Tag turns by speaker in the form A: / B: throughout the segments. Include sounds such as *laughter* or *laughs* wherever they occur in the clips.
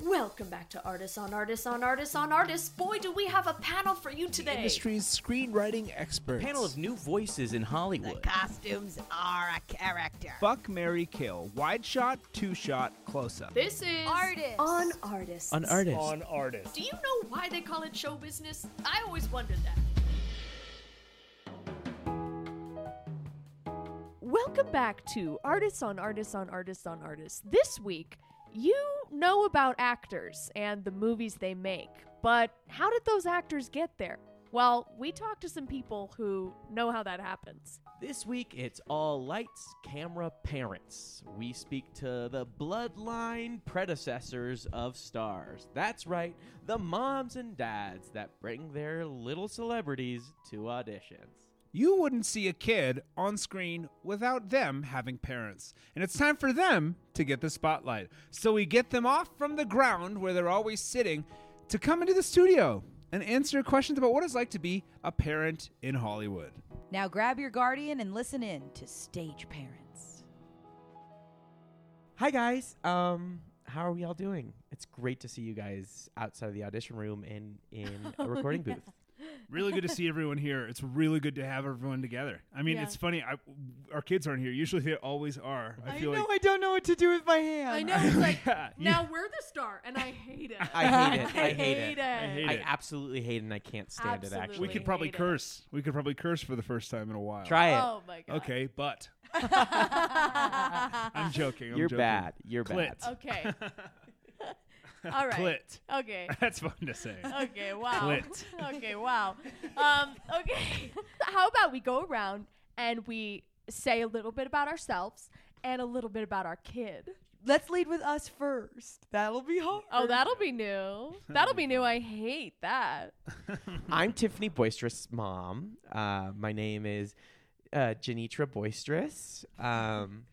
A: Welcome back to Artists on Artists on Artists on Artists. Boy, do we have a panel for you today.
B: Industry's screenwriting experts.
C: Panel of new voices in
D: The
C: Hollywood.
D: costumes are a character.
E: Fuck, Mary, kill. Wide shot, two shot, close up.
A: This is
F: Artists.
A: on Artists.
C: An artist.
G: on artists.
A: Do you know why they call it show business? I always wondered that. Welcome back to Artists on Artists on Artists on Artists. This week, you know about actors and the movies they make, but how did those actors get there? Well, we talked to some people who know how that happens.
C: This week, it's all lights, camera, parents. We speak to the bloodline predecessors of stars. That's right, the moms and dads that bring their little celebrities to auditions.
E: You wouldn't see a kid on screen without them having parents. And it's time for them to get the spotlight. So we get them off from the ground where they're always sitting to come into the studio and answer questions about what it's like to be a parent in Hollywood.
D: Now grab your guardian and listen in to Stage Parents.
C: Hi guys. Um, how are we all doing? It's great to see you guys outside of the audition room and in a recording booth.
E: Really good to see everyone here. It's really good to have everyone together. I mean,
A: Yeah.
E: it's funny. I, our kids aren't here. Usually they always are. I, feel like
C: I don't know what to do with my hand.
A: I know, it's like,
E: Yeah, you-
A: now we're the star, and I hate it.
C: I hate it. I hate, it.
E: I hate
C: I
E: it.
C: absolutely hate it, and I can't stand it. Actually,
A: Absolutely.
E: we could probably
A: hate it.
E: curse. We could probably curse for the first time in a while.
C: try it.
A: Oh my god.
E: Okay, but I'm joking. I'm
C: You're
E: joking.
C: bad. You're
E: Clit.
C: bad.
A: *laughs* Okay. All right.
E: Clit.
A: Okay.
E: *laughs* That's fun to say.
A: Okay, wow.
E: Clit.
A: Okay, wow. Um, okay. *laughs* How about we go around and we say a little bit about ourselves and a little bit about our kid?
D: Let's lead with us first. That'll be hard.
A: Oh, that'll be new. That'll be new. I hate that.
C: I'm Tiffany Boisterous' mom. Uh, my name is uh, Janitra Boisterous. Um,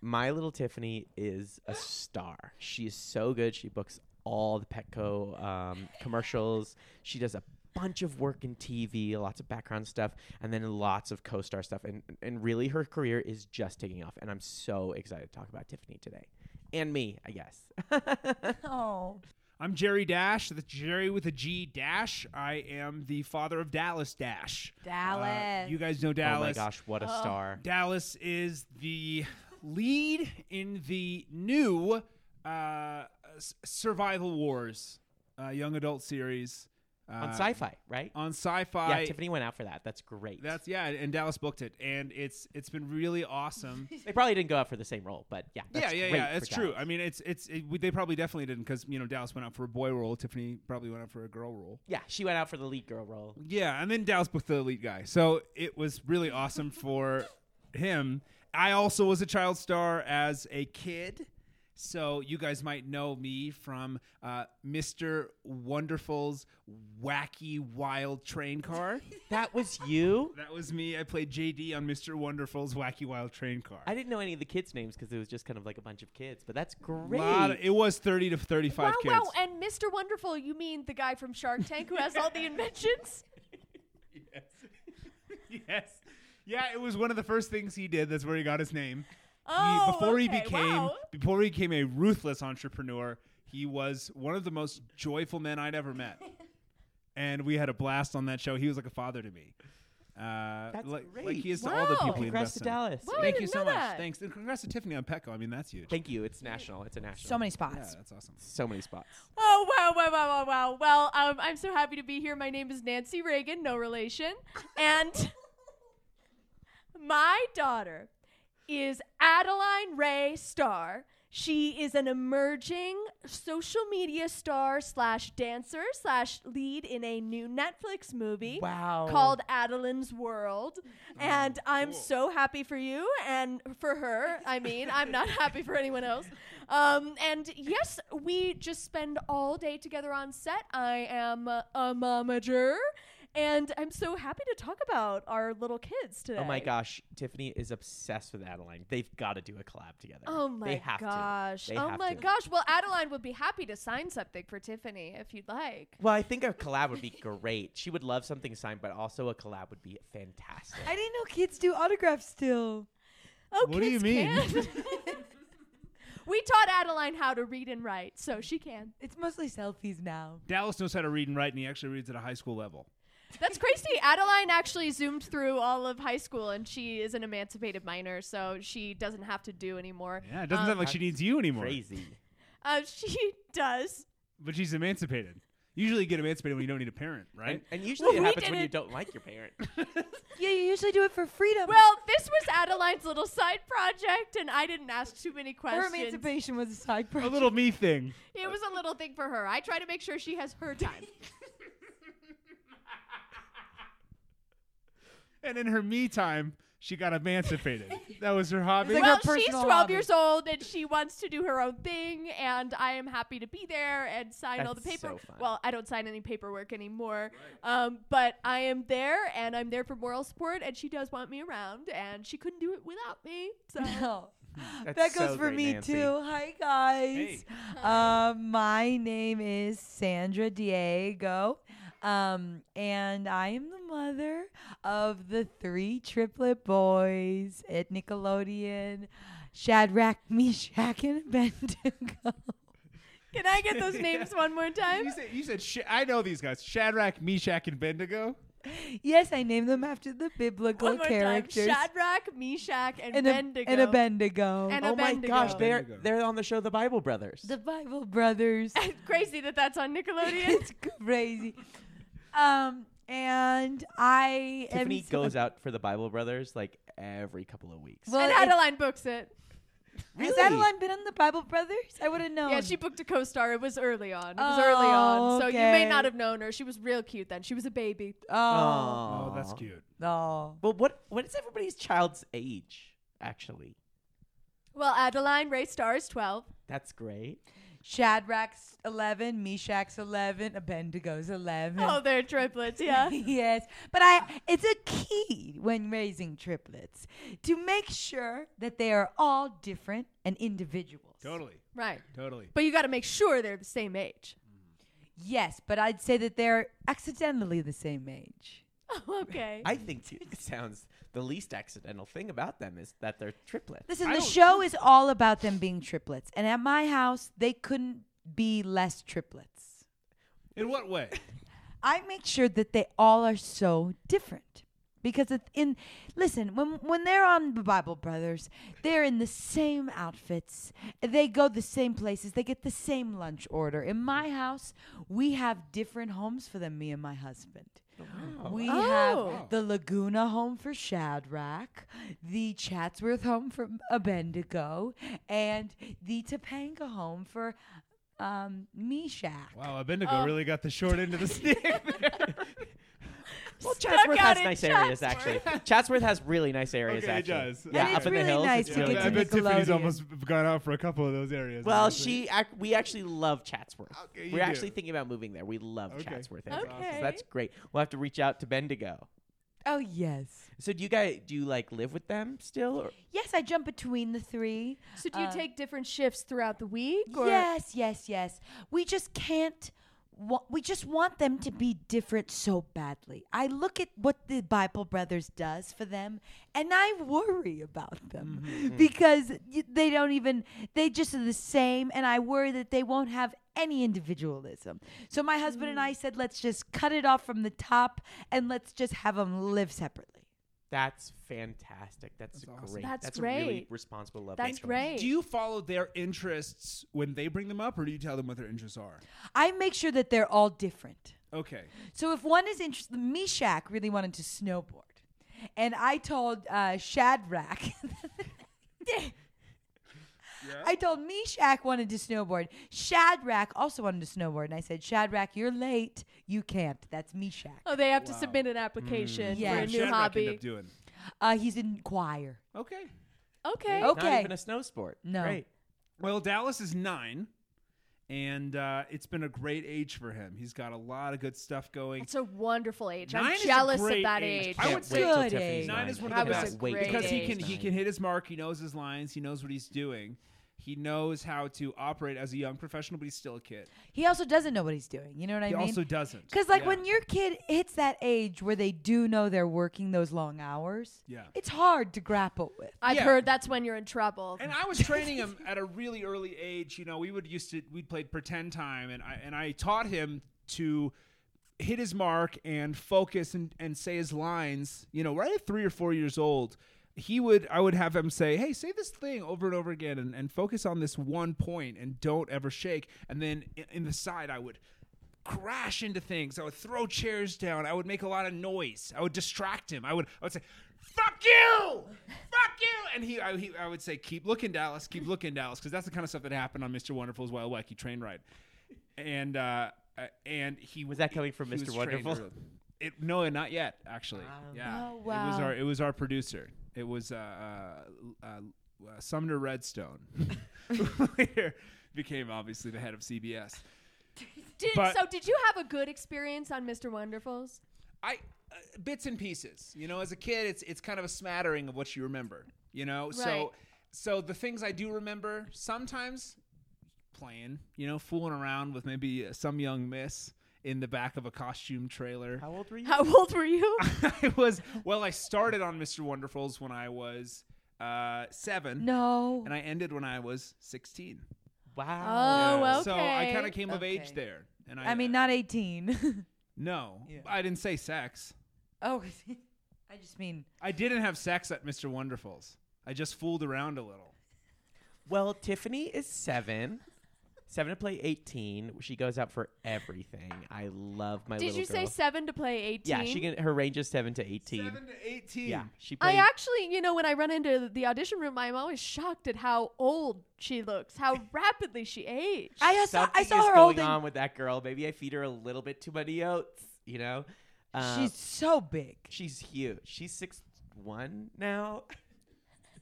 C: my little Tiffany is a star. She is so good. She books all the Petco um, commercials. She does a bunch of work in TV, lots of background stuff, and then lots of co-star stuff. And and really, her career is just taking off. And I'm so excited to talk about Tiffany today, and me, I guess. *laughs*
D: Oh.
E: I'm Jerry Dash. That's Jerry with a G Dash. I am the father of Dallas Dash. Uh,
D: Dallas.
E: you guys know
C: Oh my
E: Dallas.
C: gosh, what a star!
E: Dallas is the lead in the new uh, S- Survival Wars uh, young adult series uh,
C: On Sci-Fi, right?
E: On Sci-Fi.
C: Yeah, Tiffany went out for that. That's great.
E: That's yeah, and Dallas booked it, and it's it's been really awesome.
C: they probably didn't go out for the same role, but yeah, that's
E: yeah, yeah,
C: great
E: yeah. That's
C: for
E: true.
C: Dallas.
E: I mean, it's it's it, we- they probably definitely didn't because you know Dallas went out for a boy role. Tiffany probably went out for a girl role.
C: yeah, she went out for the lead girl role.
E: Yeah, and then Dallas booked the elite guy, so it was really awesome for him. I also was a child star as a kid, so you guys might know me from uh, Mister Wonderful's wacky wild train
A: *laughs*
E: car.
C: That was
E: *laughs*
C: you.
E: that was me. I played JD on Mister Wonderful's wacky wild train car.
C: I didn't know any of the kids' names because it was just kind of like a bunch of kids. But that's great.
E: Lot of- it was thirty to thirty-five
A: wow,
E: kids.
A: wow. And Mr. Wonderful, you mean the guy from Shark Tank who has all the inventions?
E: *laughs* yes. Yeah, it was one of the first things he did. That's where he got his name.
A: Oh,
E: he, before he
A: okay,
E: became
A: wow.
E: before he became a ruthless entrepreneur, he was one of the most joyful men I'd ever
A: *laughs*
E: met. and we had a blast on that show. He was like a father to me. Uh,
C: That's
E: like,
C: great.
E: like he is to all the
A: Wow.
E: people he
C: Congrats
E: invests
C: to
E: in.
C: Dallas.
A: Wow. Oh, I
E: Thank you
A: didn't
E: so
A: know
E: much.
A: that.
E: Thanks. And congrats to Tiffany on Petco. I mean, that's huge.
C: Thank you. It's national. It's a national.
D: so many
E: yeah,
D: spots.
E: that's awesome.
C: So many spots.
A: Oh, wow, wow, wow, wow, wow. Well, um, I'm so happy to be here. My name is Nancy Reagan, no relation. And my daughter is Adeline Ray Starr. She is an emerging social media star slash dancer slash lead in a new Netflix movie
C: Wow.
A: called Adeline's World.
C: Oh,
A: And I'm so happy for you and for her. I mean, I'm not *laughs* happy for anyone else. Um, and yes, we just spend all day together on set. I am a momager. And I'm so happy to talk about our little kids today.
C: Oh my gosh, Tiffany is obsessed with Adeline. They've got to do a collab together.
A: Oh my
C: they have
A: gosh.
C: To. They
A: oh
C: have
A: my
C: to.
A: gosh. Well, Adeline would be happy to sign something for Tiffany if you'd like.
C: Well, I think a collab would be great. She would love something signed, but also a collab would be fantastic.
D: I didn't know kids do autographs still.
A: Oh,
E: What do you
A: kids
E: mean?
A: can. *laughs* We taught Adeline how to read and write, so she can.
D: It's mostly selfies now.
E: Dallas knows how to read and write, and he actually reads at a high school level.
A: That's crazy. Adeline actually zoomed through all of high school, and she is an emancipated minor, so she doesn't have to do anymore.
E: Yeah, it doesn't
A: Um,
E: sound like she needs you anymore.
C: Crazy.
A: Uh, she *laughs* does.
E: But she's emancipated. Usually, you get emancipated when you don't need a parent, right?
C: And, and usually
A: we
C: it happens when you
A: didn't-
C: don't like your
D: *laughs*
C: parent.
D: Yeah, you usually do it for freedom.
A: Well, this was Adeline's little side project, and I didn't ask too many
D: her
A: questions.
D: emancipation was a side
E: A
D: project.
E: little me thing.
A: It was a little thing for her. I try to make sure she has
D: *laughs*
A: her time.
E: And in her me time, she got
D: *laughs*
E: emancipated. that was her hobby.
D: It's like
A: well,
D: her
A: she's
D: personal
A: 12
D: hobby.
A: years old and she wants to do her own thing, and I am happy to be there and sign all the
C: That's
A: paper.
C: so fun.
A: well, I don't sign any paperwork anymore, um, but I am there and I'm there for moral support, and she does want me around, and she couldn't do it without me.
D: *laughs*
A: So
D: *laughs* No.
C: That's
D: that goes
C: so
D: for
C: great,
D: me
C: Nancy.
D: too. Hi guys. Um, my name is Sandra Diego, um, and I am the mother of the three triplet boys at Nickelodeon, Shadrach, *laughs* Meshach, and Abednego. *laughs*
A: can I get those names one more time?
E: You said, you said Sh- I know these guys Shadrach, Meshach, and Bendigo.
D: yes, I named them after the biblical
A: One more
D: characters.
A: time. Shadrach, Meshach, and,
D: and,
A: Bendigo.
D: a, and Abednego.
A: And
C: oh my
A: Abednego.
C: gosh, they're
E: Abednego.
C: they're on the show The Bible Brothers.
D: the Bible
A: *laughs*
D: brothers.
A: Crazy that that's on Nickelodeon.
D: it's crazy. Um, and I
C: Tiffany
D: am so-
C: goes out for The Bible Brothers like every couple of weeks.
D: *laughs* Well,
A: and
D: it-
A: Adeline books it.
D: Has
C: Really?
D: Adeline been on the Bible Brothers? I would have known.
A: Yeah, she booked a co-star. It was early on. It was
D: Oh,
A: early on, so you may
D: okay.
A: not have known her. She was real cute then. She was a baby.
D: Oh.
E: Oh, that's cute.
D: Oh.
C: But what what is everybody's child's age actually?
A: Well, Adeline Ray Star is twelve.
C: That's great.
D: Shadrach's 11, Meshach's 11, Abednego's 11.
A: Oh, they're triplets. *laughs*
D: *laughs*
A: Yeah.
D: yes. But I it's a key when raising triplets to make sure that they are all different and individuals.
E: Totally.
A: right.
E: Totally.
A: But you got to make sure they're the same age.
D: Yes, but I'd say that they're accidentally the same age.
A: *laughs* Oh, okay.
C: I think
D: *laughs*
C: it sounds the least accidental thing about them is that they're triplets.
D: Listen,
E: I
D: the
E: don't-
D: show is all about them being triplets. And at my house, they couldn't be less triplets.
E: In what way?
D: I make sure that they all are so different because it- in listen when when they're on the Bible Brothers, they're in the same outfits. They go the same places. They get the same lunch order. In my house, we have different homes for them. Me and my husband. We
A: Oh.
D: have the Laguna home for Shadrach, the Chatsworth home for Abendigo, and the Topanga home for um, Meshach.
E: Wow, Bendigo
D: Um,
E: really got the short end of the *laughs* stick. there.
C: Well,
A: Stuck
C: Chatsworth
A: out
C: has
A: in
C: nice areas actually. Chatsworth has really nice areas
E: Okay, it
C: actually.
E: does.
C: Yeah,
D: And
C: up
D: it's
C: in
D: really
C: the hills.
D: nice
C: it's
D: to
C: really
D: get
E: I
D: to
C: nice.
E: bet Tiffany's
D: Nickelodeon.
E: almost gone out for a couple of those areas.
C: Well,
E: honestly.
C: she ac- we actually love Chatsworth.
E: Okay, you
C: We're
E: do.
C: actually thinking about moving there. We love
E: Okay.
C: Chatsworth.
E: That's
C: area.
A: awesome.
C: So that's great. We'll have to reach out to Bendigo.
D: Oh yes.
C: So do you guys do you like live with them still? Or?
D: Yes, I jump between the three.
A: so do you
D: uh,
A: take different shifts throughout the week? Or?
D: Yes, yes, yes. We just can't. Wa- we just want them to be different so badly. I look at what the Bible Brothers does for them, and I worry about them *laughs* because y- they don't even. They just are the same, and I worry that they won't have any individualism. So my husband and I said, let's just cut it off from the top, and let's just have them live separately.
C: That's fantastic. That's,
E: That's awesome.
C: great.
A: That's
C: a really
A: great.
C: responsible love.
A: That's
C: choice.
A: great.
E: Do you follow their interests when they bring them up, or do you tell them what their interests are?
D: I make sure that they're all different.
E: Okay.
D: So if one is interested, Meshach really wanted to snowboard, and I told uh, Shadrach. I told Meshach wanted to snowboard. Shadrach also wanted to snowboard, and I said, "Shadrach, you're late. You can't. That's Meshach.
A: Oh, they have to
E: Wow. Mm,
A: submit an application
D: Yeah.
A: for a
E: What
A: new
E: does Shadrach end
A: hobby.
E: up doing?
D: Uh, he's in choir.
E: Okay.
A: Okay.
D: Oh.
C: Not
D: Okay.
C: even a snow sport.
D: No.
C: Great.
E: Well, Dallas is nine, and uh, it's been a great age for him. He's got a lot of good stuff going.
A: It's a wonderful age.
E: Nine
A: I'm
E: is a
A: jealous of
E: great
A: that
E: age.
A: age.
E: I
C: Can't
E: would
C: wait till
D: Good
C: Tiffany's
D: age.
E: Nine is one of
C: I
E: the
C: cannot
E: best
C: wait
A: Great
E: because
C: till
E: he can he
A: age.
C: Tiffany's
E: can
C: nine.
E: hit his mark. He knows his lines. He knows what he's doing. He knows how to operate as a young professional, but he's still a kid.
D: He also doesn't know what he's doing. You know what I
E: he
D: mean?
E: also doesn't.
D: Because like
E: Yeah.
D: when your kid hits that age where they do know they're working those long hours,
E: Yeah.
D: it's hard to grapple with.
A: I've
E: Yeah.
A: heard that's when you're in trouble.
E: *laughs* And I was training him at a really early age. You know, we would used to we'd played pretend time, and I and I taught him to hit his mark and focus and and say his lines. You know, right at three or four years old, he would I would have him say, "Hey, say this thing over and over again, and, and focus on this one point, and don't ever shake." And then in, in the side, I would crash into things. I would throw chairs down. I would make a lot of noise. I would distract him. I would I would say, "Fuck you, fuck you," and he I, he, I would say, "Keep looking, Dallas. Keep looking, Dallas," because that's the kind of stuff that happened on Mr. Wonderful's Wild Wacky Train Ride. And uh, uh, and he
C: Was that coming from
E: he
C: Mr.
E: was trained
C: Wonderful?
E: early. It, no, not yet. Actually, yeah.
D: Oh,
E: It was
D: wow.
E: our it was our producer. It was uh, uh, uh, uh, Sumner Redstone. *laughs* who Later became obviously the head of CBS.
A: Did,
E: but-
A: so did you have a good experience on Mr. Wonderful's?
E: I uh, bits and pieces. You know, as a kid, it's it's kind of a smattering of what you remember. You know,
A: Right.
E: so so the things I do remember sometimes playing. You know, fooling around with maybe uh, some young miss in the back of a costume trailer.
C: How old were you?
A: How old were you?
E: *laughs* I was well. I started on Mr. Wonderful's when I was uh, seven,
D: No.
E: and I ended when I was sixteen.
C: Wow.
A: Oh, okay.
E: So I kind of came of
D: Okay.
E: age there, and I,
D: I mean, not *laughs* 18.
E: no,
D: Yeah.
E: I didn't say sex.
D: oh, *laughs* I just mean
E: I didn't have sex at Mr. Wonderful's. I just fooled around a little.
C: Well, Tiffany is seven. Seven to play 18. She goes out for everything. I love my
A: Did
C: little
A: you say
C: girl.
A: seven to play 18?
C: Yeah, she can. Her range is seven to 18.
E: Seven to eighteen.
C: Yeah, she
A: I
D: Oh,
C: played.
A: actually, you know, when I run into the audition room, I'm always shocked at how old she looks, *laughs* how rapidly she aged.
D: I saw
C: Something
D: I saw
C: is
D: her
C: going
D: holding.
C: on with that girl. Maybe I feed her a little bit too many oats. You know, Um,
D: She's so big.
C: she's huge. She's six one now.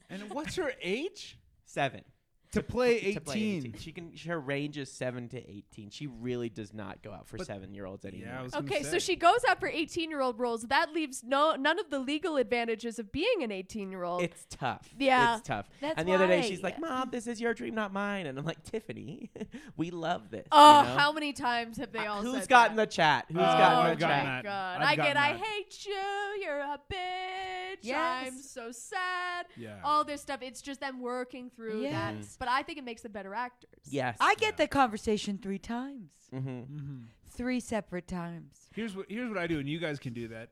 E: And what's her age?
C: Seven.
E: *laughs* To play eighteen.
C: To play 18. She can. Her range is seven to 18. She really does not go out for
E: But-
C: seven year olds anymore.
E: Yeah, I was gonna
A: Okay, so
E: say.
A: she goes out for 18 year old roles. That leaves no none of the legal advantages of being an 18 year old.
C: It's tough.
A: Yeah.
C: It's tough.
D: Oh. That's
C: and the other day
D: why.
C: she's like, Mom, this is your dream, not mine. And I'm like, Tiffany, *laughs* we love this.
A: Oh,
C: you know?
A: how many times have they
C: Uh,
A: all
C: Who's
A: said
C: gotten
A: that?
C: the chat? Who's
E: Oh,
C: gotten the
E: I've gotten that.
C: chat?
A: God.
E: I've
A: I get
E: gotten
A: I
E: that.
A: hate you, you're a bitch. I'm
D: Yes.
A: so sad.
E: Yeah.
A: All this stuff. It's just them working through that.
D: Yes.
A: But I think it makes them better actors.
C: Yes.
D: I get that conversation three times,
E: Mm-hmm.
C: hmm
D: Mm-hmm. three separate times.
E: Here's what here's what I do, and you guys can do that.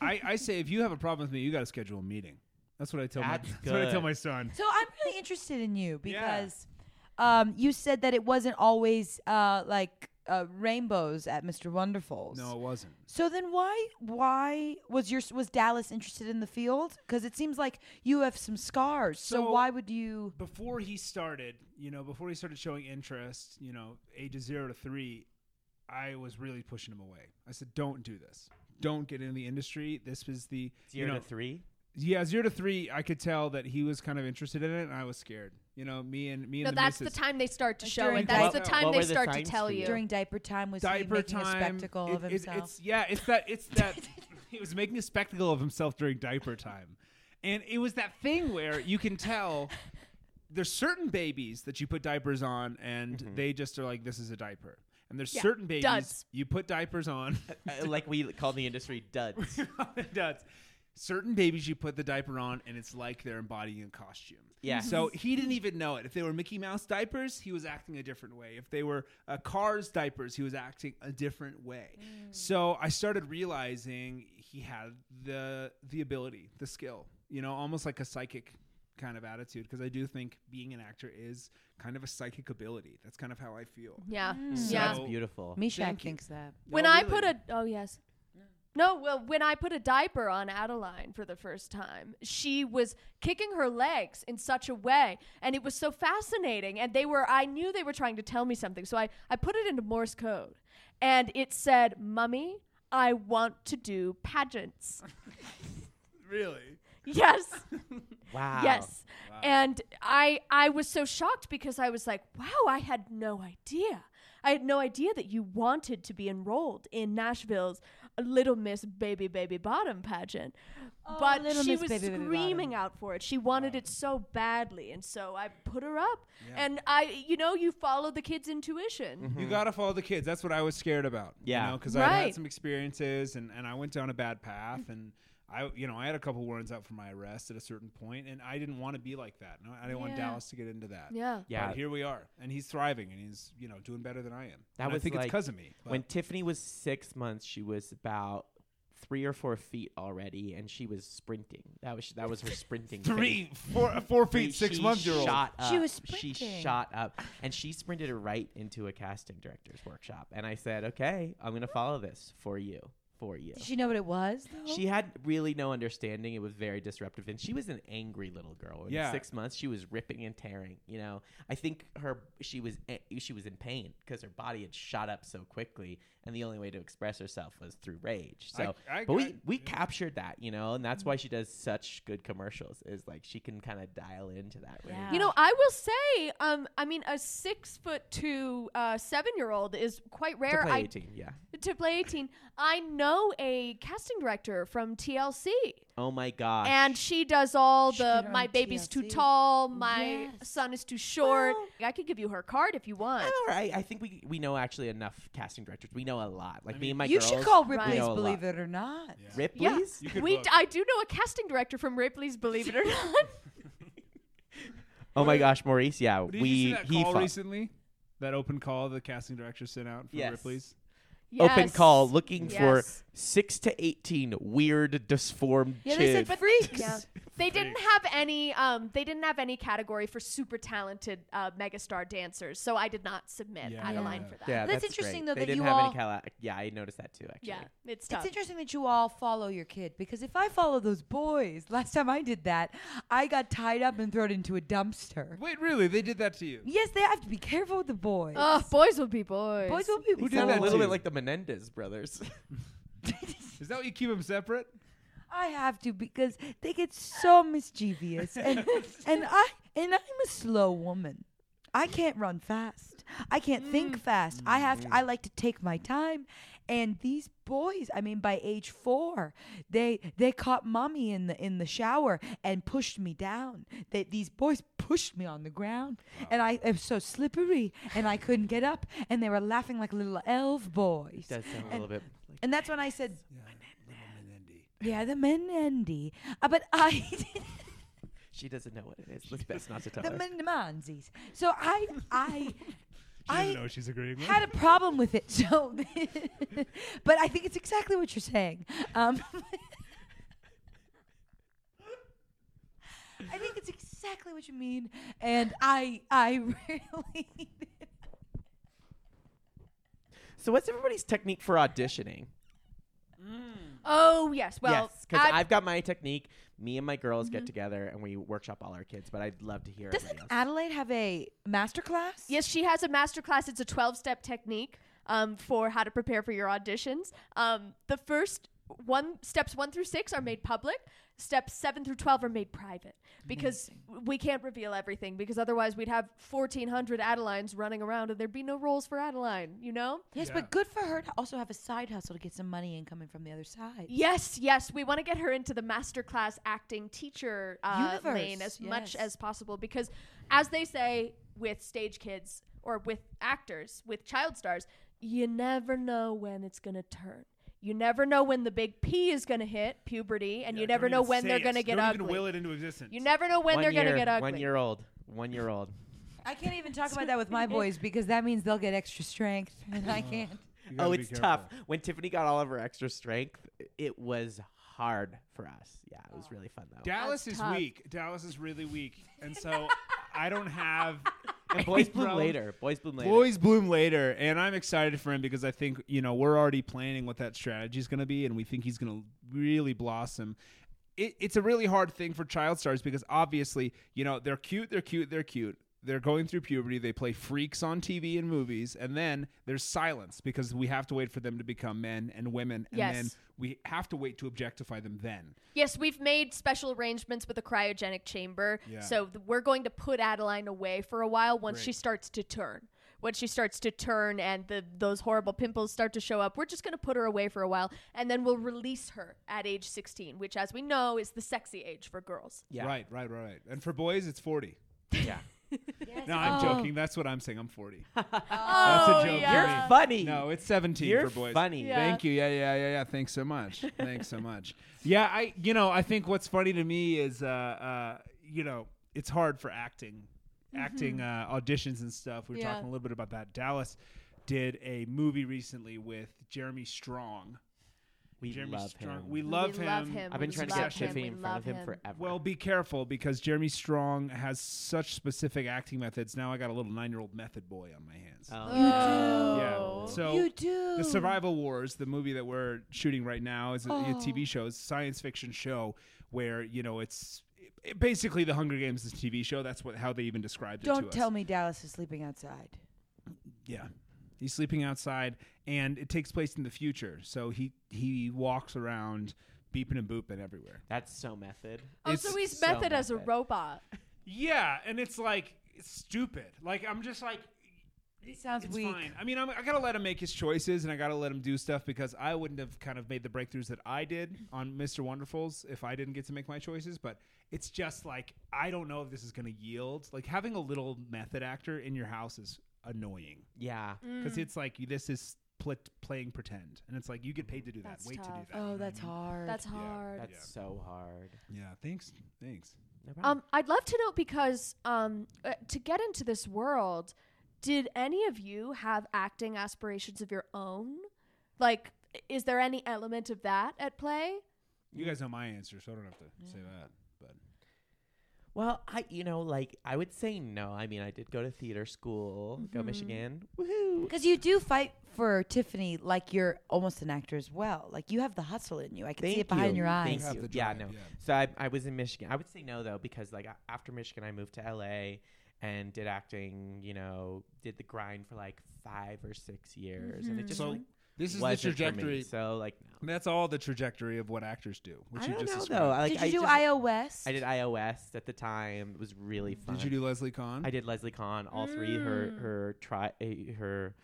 E: I, I say if you have a problem with me, you got to schedule a meeting. That's what I tell
C: That's
E: my that's what I tell
C: good.
E: my son.
D: So I'm really interested in you
E: Yeah.
D: because um, you said that it wasn't always uh, like uh, rainbows at Mr. Wonderful's.
E: No, it wasn't.
D: So then, why why was your was Dallas interested in the field? Because it seems like you have some scars. So,
E: So-
D: why would you?
E: Before he started, you know, before he started showing interest, you know, ages zero to three, I was really pushing him away. I said, "Don't do this. Don't get in the industry. This is the
C: Zero
E: you know,
C: to three.
E: yeah zero to three. I could tell that he was kind of interested in it, and I was scared. You know, me and me and
A: No,
E: the
A: that's the
E: missus.
A: time they start to
D: Like
A: show
D: during
A: it. That's
C: diaper-
A: the time
C: What
A: they
C: were the
A: start to
C: signs
A: tell
C: for you?
A: you.
D: During diaper time was he
E: diaper
D: making
E: time.
D: a spectacle of
E: it- it-
D: himself?
E: It's, yeah, it's that. It's that. he was making a spectacle of himself during diaper time, and it was that thing where you can tell. There's certain babies that you put diapers on, and they just are like, "This is a diaper." And there's
A: Yeah,
E: certain babies
A: duds.
E: you put diapers on. *laughs*
C: Uh, like we call in the industry duds.
E: duds. Certain babies you put the diaper on, and it's like they're embodying a costume.
C: Yeah.
E: So he didn't even know it. If they were Mickey Mouse diapers, he was acting a different way. If they were uh, Cars diapers, he was acting a different way.
A: Mm.
E: So I started realizing he had the the ability, the skill. You know, almost like a psychic kind of attitude because I do think being an actor is kind of a psychic ability. That's kind of how I feel.
A: Yeah.
D: Mm.
E: So-
A: Yeah.
C: That's beautiful.
D: Meshack
E: Thank you.
D: thinks that.
E: No,
A: when I put
E: really.
A: a oh yes. No, well, when I put a diaper on Adeline for the first time, she was kicking her legs in such a way, and it was so fascinating. And they were, I knew they were trying to tell me something, so I, I put it into Morse code, and it said, "Mummy, I want to do pageants." *laughs*
E: really
A: yes.
C: Wow.
A: Yes. And I I was so shocked because I was like, wow, I had no idea. I had no idea that you wanted to be enrolled in Nashville's Little Miss Baby Baby Bottom pageant. but
D: Oh, Little
A: she
D: Miss
A: was
D: Baby Baby
A: screaming
D: Bottom.
A: out for it. She wanted it so badly, and so I put her up.
E: Yeah.
A: And I, you know, you follow the kid's intuition.
E: *laughs* You gotta follow the kids. That's what I was scared about.
C: Mm-hmm. Yeah.
E: you know, because I
A: Right.
E: had some experiences and and I went down a bad path and. I, you know, I had a couple warrants out for my arrest at a certain point, and I didn't want to be like that. No, I didn't want
A: Yeah.
E: Dallas to get into that.
A: Yeah.
C: Yeah.
E: But here we are, and he's thriving, and he's you know doing better than I am.
C: That
E: And
C: was
E: I think it's
C: like-
E: because of me. but-
C: When Tiffany was six months, she was about three or four feet already, and she was sprinting. That was that was her sprinting.
E: *laughs*
C: phase.
E: three, four, four feet,
C: She-
E: six
C: she
E: months year old.
C: Shot up.
D: She was
C: She
D: sprinting.
C: shot up, and she sprinted right into a casting director's workshop. And I said, "Okay, I'm gonna follow this for you, for you."
D: Did she know what it was? Though?
C: She had really no understanding. It was very disruptive, and she was an angry little girl. In
E: Yeah.
C: six months, she was ripping and tearing. You know, I think her she was a- she was in pain because her body had shot up so quickly, and the only way to express herself was through rage.
E: I-
C: So,
E: I
C: but we
E: got-
C: we captured that, you know, and
A: Mm.
C: that's why she does such good commercials. Is like she can kind of dial into that rage.
D: Yeah.
A: You know, I will say, um, I mean, a six foot two uh, seven year old is quite
C: To
A: rare.
C: play
A: I,
C: 18, yeah.
A: to play 18. I know a casting director from TLC,
C: Oh my gosh.
A: and she does all
D: She
A: the
D: did her
A: my
D: own
A: baby's too
D: TLC.
A: tall, my
D: Yes.
A: son is too short.
D: Well-
A: I could give you her card if you want.
C: I'm all right. I think we we know actually enough casting directors. We know a lot. Like me and my
D: you
C: girls.
D: should call
A: Right.
D: Ripley's,
C: know a lot.
D: believe it or not.
E: Yeah.
A: Yeah,
C: Ripley's.
E: You could
A: we
E: look.
A: d- I do know a casting director from Ripley's, believe it or not.
C: Oh my gosh, Maurice. Yeah,
E: Did
C: we
E: you see that
C: he
E: call
C: fu-
E: recently? That open call the casting director sent out for
C: Yes.
E: Ripley's.
C: open
A: Yes.
C: call looking for
A: Yes.
C: six to eighteen weird disformed
D: Yeah, they
C: kids.
D: said freaks.
A: Yeah. They didn't have any. Um, they didn't have any category for super talented uh, megastar dancers, so I did not submit
E: Yeah.
A: Adeline
E: Yeah.
A: for that.
C: yeah,
D: That's
C: that's
D: interesting,
C: great.
D: though,
C: They
D: that
C: didn't
D: you
C: have
D: all-
C: any cala- Yeah, I noticed that too. Actually.
A: Yeah, it's tough.
D: It's interesting that you all follow your kid because if I follow those boys, *laughs* last time I did that, I got tied up and thrown into a dumpster.
E: Wait, really? They did that to you?
D: Yes, they have to be careful with the boys.
A: Oh, boys will be boys.
D: boys will be
E: Who did
C: Sound
E: that
C: a little
E: to
C: bit
E: you?
C: like the Menendez brothers.
E: Is that what you keep them separate?
D: I have to because they get so mischievous, and and I and I'm a slow woman. I can't run fast. I can't think fast. I have to, I like to take my time. And these boys, I mean by age 4, they they caught mommy in the in the shower and pushed me down. They, these boys pushed me on the ground and I it was so slippery and I couldn't get up and they were laughing like little elf boys.
C: *laughs* Does sound a
D: And-
C: little bit. Like,
D: And that's when I said,
E: Menendi.
D: yeah, the Menendy. Uh, but I
C: she doesn't know what it is. It's best not to tell
D: the
C: her.
D: Mendemanzis. So I *laughs* I
E: She
D: I
E: doesn't know she's agreeing with.
D: had a problem with it. *laughs* So but I think it's exactly what you're saying. Um *laughs* I think it's exactly what you mean and I I *laughs* really
C: So what's everybody's technique for auditioning?
A: Oh yes. Well,
C: yes, because
A: I-
C: I've got my technique. Me and my girls get together and we workshop all our kids. But I'd love to hear.
D: Doesn't
C: everybody else.
D: Adelaide have a master class?
A: yes, she has a master class. It's a twelve-step technique um, for how to prepare for your auditions. Um, the first one steps one through six are made public. Steps seven through twelve are made private because we can't reveal everything because otherwise we'd have fourteen hundred Adelines running around and there'd be no roles for Adeline. You know.
D: Yes,
E: Yeah.
D: but good for her to also have a side hustle to get some money in coming from the other side.
A: Yes, yes. We want to get her into the masterclass acting teacher uh,
D: Universe,
A: lane as much
D: yes.
A: as possible because, as they say with stage kids or with actors, with child stars, you never know when it's going to turn. You never know when the big P is going to hit puberty, and you never know when they're going to get
E: do
A: ugly.
E: Even will it into existence.
A: you never know when
C: One
A: they're going to
C: year-
A: get ugly.
C: One year old. One year old.
D: I can't even *laughs* talk about that with my boys because that means they'll get extra strength, and I can't.
E: You gotta
C: Oh,
E: be
C: it's tough.
E: careful.
C: When Tiffany got all of her extra strength, it was hard for us. Yeah, it was really fun though.
E: Dallas
A: That's
E: is
A: tough.
E: weak. Dallas is really weak, and
A: *laughs*
E: so I don't have.
C: and Boys
E: a
C: Bloom
E: problem.
C: later. Boys Bloom later.
E: Boys bloom later, and I'm excited for him because I think you know we're already planning what that strategy is going to be, and we think he's going to really blossom. It, it's a really hard thing for child stars because obviously you know they're cute, they're cute, they're cute. They're going through puberty. They play freaks on TV and movies, and then there's silence because we have to wait for them to become men and women, and
A: Yes.
E: then we have to wait to objectify them. Then
A: Yes, we've made special arrangements with a cryogenic chamber.
E: Yeah.
A: So th- we're going to put Adeline away for a while once she
E: Great.
A: starts to turn. when she starts to turn and the those horrible pimples start to show up, we're just gonna put her away for a while, and then we'll release her at age 16, which, as we know, is the sexy age for girls.
C: Yeah.
E: Right, right, right, right. And for boys, it's 40.
C: Yeah.
E: No, I'm
D: Oh.
E: joking. That's what I'm saying. I'm
C: *laughs*
E: 40.
A: Oh,
E: That's a joke,
A: yeah.
C: You're funny.
E: No, it's 17
C: You're
E: for boys.
C: funny.
A: Yeah.
E: Thank you. Yeah, yeah, yeah, yeah. Thanks so much. Thanks so
A: *laughs*
E: much. Yeah, I you know, I think what's funny to me is uh uh you know, it's hard for acting acting
A: Mm-hmm.
E: uh auditions and stuff. We were
D: Yeah.
E: talking a little bit about that. Dallas did a movie recently with Jeremy Strong.
C: We
E: Jeremy
C: love
E: Strong.
C: him.
E: We love
A: we
E: him.
A: Love him.
C: I've been
A: We
C: trying to
A: love
C: get
A: him.
C: Tiffany
A: We
C: in front of
A: love
C: him, forever.
E: Well, be careful because Jeremy Strong has such specific acting methods. Now I got a little nine-year-old method boy on my hands.
C: Oh.
E: Yeah. So
D: you do.
E: The Survival Wars, the movie that we're shooting right now, is a, a
D: Oh.
E: TV show, it's a science fiction show where you know it's it, basically the Hunger Games is a TV show. That's what how they even described it.
D: Don't
E: to
D: tell
E: us.
D: me Dallas is sleeping outside.
E: Yeah, he's sleeping outside, and it takes place in the future. So he he walks around beeping and booping everywhere.
C: That's so method.
A: Oh,
E: It's
A: so he's
C: so
A: method as a
C: method.
A: robot.
E: Yeah, and it's like it's stupid. Like I'm just like. It
D: sounds
E: it's
D: weak.
E: Fine. I mean, I'm, I gotta let him make his choices, and I gotta let him do stuff because I wouldn't have kind of made the breakthroughs that I did on Mr. Wonderful's if I didn't get to make my choices. But it's just like I don't know if this is gonna yield. Like having a little method actor in your house is annoying
C: Yeah.
E: because it's like you- this is pl- playing pretend, and it's like you get paid to do that.
A: That's
E: Wait to do
A: tough.
E: that. you know
D: Oh,
E: what I
D: that's
E: mean?
D: hard.
A: That's
E: Yeah.
A: hard.
C: That's so hard.
E: Yeah. Thanks. Thanks.
C: No problem.
A: Um, I'd love to know because um, uh, to get into this world, did any of you have acting aspirations of your own? Like, i- is there any element of that at play?
E: You guys know my answer, so I don't have to say that. But
C: well, I you know like I would say no. I mean I did go to theater school. Go
A: Mm-hmm.
C: Michigan. Woohoo.
D: Because you do fight for Tiffany like you're almost an actor as well. Like you have the hustle in you. I can
C: Thank
D: see it behind
C: you.
D: your eyes.
C: Thank
E: have
C: you.
E: the
C: yeah,
E: drive,
C: no.
E: yeah.
C: So I, I was in Michigan. I would say no though because like a- after Michigan, I moved to LA and did acting. You know, did the grind for like five or six years, and it just
E: Mm-hmm. So
C: like,
E: this is the
C: wasn't for me.
E: trajectory-
C: So like, no.
E: That's all the trajectory of what actors do, which
C: I
E: you
C: don't
E: just
C: know
E: described.
C: though. I, Like,
D: did you
C: I
D: do
C: just-
D: IO West?
C: I did iOS at the time. It was really fun.
E: Did you do um? Leslie Kahn?
C: I did Leslie Kahn. All three her
D: Mm.
C: her tri- eh, her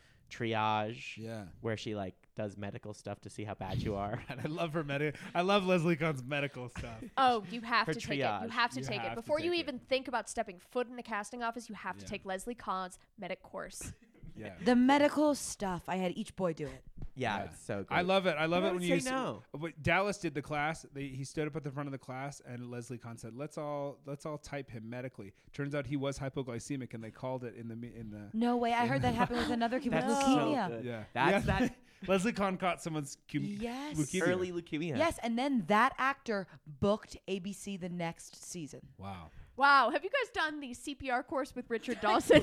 E: *laughs*
C: triage.
E: Yeah.
C: Where she like does medical stuff to see how bad
E: *laughs*
C: you are.
E: I love her medical. I love Leslie Kahn's medical
C: *laughs*
E: stuff.
A: Oh, you have
C: For
A: to take it. You
C: triage.
A: have to
E: You
A: take
E: have
A: it
E: to
A: before you
E: take it.
A: even think about stepping foot in a casting office. You have to
E: Yeah.
A: take Leslie Kahn's medic course. *laughs*
E: yeah.
D: the medical stuff. I had each boy do it.
C: yeah,
E: Yeah.
C: it's so good.
E: I love it. I love it
C: You gotta
E: when
C: say
E: you s-
C: no.
E: Wait, Dallas did the class. They, he stood up at the front of the class, and Leslie Kahn said, "Let's all let's all type him medically." Turns out he was hypoglycemic, and they called it in the me- in
C: *laughs*
E: the
D: No way. I heard that happened with another kid with
C: That's so
D: leukemia.
C: good.
E: yeah.
C: That's
E: Yeah.
C: that
E: *laughs* Leslie Kahn caught someone's cu-
D: Yes.
E: leukemia.
C: early leukemia.
D: Yes, and then that actor booked ABC the next season.
E: Wow.
A: Wow, have you guys done the CPR course with *laughs* Richard Dawson?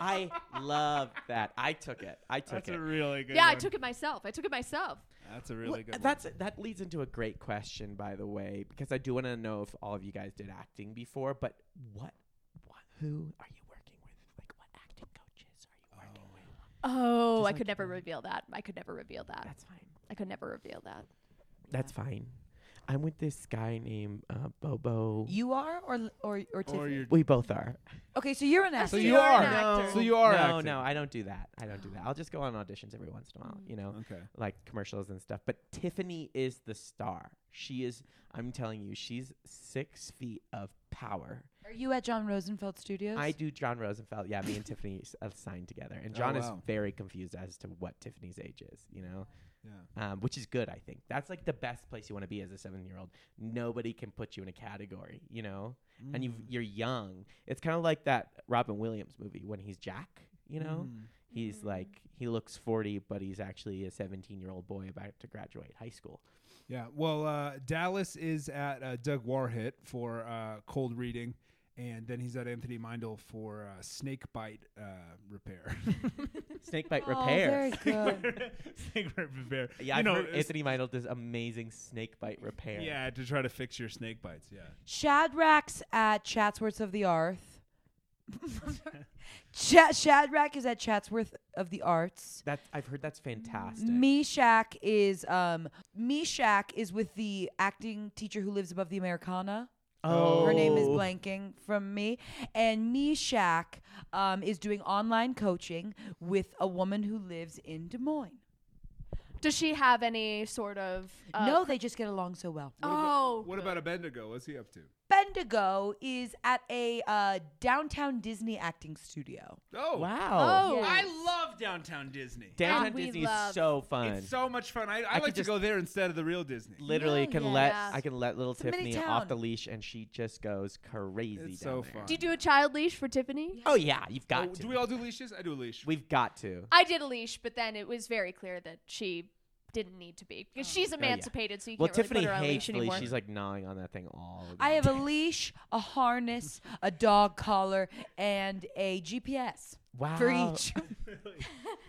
C: I love that. I took it. I took
E: That's
C: it.
E: a really good.
A: yeah, I
E: one.
A: took it myself. I took it myself.
E: That's a really
C: Well,
E: good.
C: That's that leads into a great question, by the way, because I do want to know if all of you guys did acting before. But what, what, who are you working with? Like, what acting coaches are you working with?
A: Oh,
C: Just
A: I
C: like-
A: could never reveal that. I could never reveal that.
C: That's fine.
A: I could never reveal that.
C: Uh, That's fine. I'm with this guy named uh, Bobo.
D: You are or or or,
E: One. Or
D: Tiffany?
E: you're,
C: we both are.
D: Okay, so you're an actor.
E: so you
A: you're
E: are.
A: an actor.
E: So you are.
C: no,
E: acting.
C: no, I don't do that. I don't do that. I'll just go on auditions every once in a while, you know,
E: Okay.
C: like commercials and stuff. But Tiffany is the star. She is. I'm telling you, she's six feet of power.
D: Are you at John Rosenfeld Studios?
C: I do John Rosenfeld. Yeah, me
D: *laughs*
C: and Tiffany s- uh, signed together, and John
E: Oh, wow.
C: is very confused as to what Tiffany's age is. You know,
E: Yeah.
C: um, which is good. I think that's like the best place you want to be as a seven-year-old. Nobody can put you in a category. You know, and
E: Mm.
C: you've, you're young. It's kind of like that Robin Williams movie when he's Jack. You know,
E: Mm. Hmm.
C: he's
D: Mm.
C: like he looks forty, but he's actually a seventeen-year-old boy about to graduate high school.
E: Yeah. Well, uh, Dallas is at uh, Doug Warhit for uh, cold reading, and then he's at Anthony Mindel for uh, snake bite uh, repair.
C: Snake bite
D: *laughs* Oh,
C: repair.
D: very
C: *laughs*
D: good.
E: *laughs* snake bite repair.
C: Yeah,
E: You
C: I've
E: know,
C: heard
E: it's-
C: Anthony Meinl does amazing snake bite repair.
E: Yeah, to try to fix your snake bites. Yeah.
D: Shadrach's at Chatsworth's of the Arth. Ch- Shadrach is at Chatsworth of the Arts.
C: That's I've heard that's
D: Mm.
C: fantastic.
D: Meshack is um Meshack is with the acting teacher who lives above the Americana.
C: Oh.
D: Her name is blanking from me. And Meshack um, is doing online coaching with a woman who lives in Des Moines.
A: Does she have any sort of? Uh,
D: no, they just get along so well.
A: Oh,
E: What about a Bendigo? What's he up to?
D: Bendigo is at a uh, downtown Disney acting studio.
E: Oh,
C: Wow.
A: Oh.
E: I love downtown Disney.
C: Downtown
A: And we
C: Disney is
A: love-
C: so fun.
E: It's so much fun. I, I, like
C: could
E: to
C: just-
E: go there instead of the real Disney.
C: Literally
D: Yeah,
C: can
D: yeah.
C: let
A: Yeah.
C: I can let little
D: It's a mini
C: Tiffany
D: town.
C: off the leash and she just goes crazy.
E: It's
C: down
E: so
C: there.
E: fun.
A: Do you do a child leash for Tiffany?
C: Oh yeah, you've got
E: Oh,
C: to.
E: do we all do leashes? I do a leash.
C: We've got to.
A: I did a leash, but then it was very clear that she didn't need to be because she's
C: yeah.
A: emancipated, so you
C: Well,
A: can't really
C: Tiffany
A: put her on a
C: hates
A: leash
C: leash.
A: anymore.
C: She's like gnawing on that thing all. The
D: I have a
C: time.
D: leash, a harness, a dog collar, and a GPS
C: wow.
D: for each. *laughs*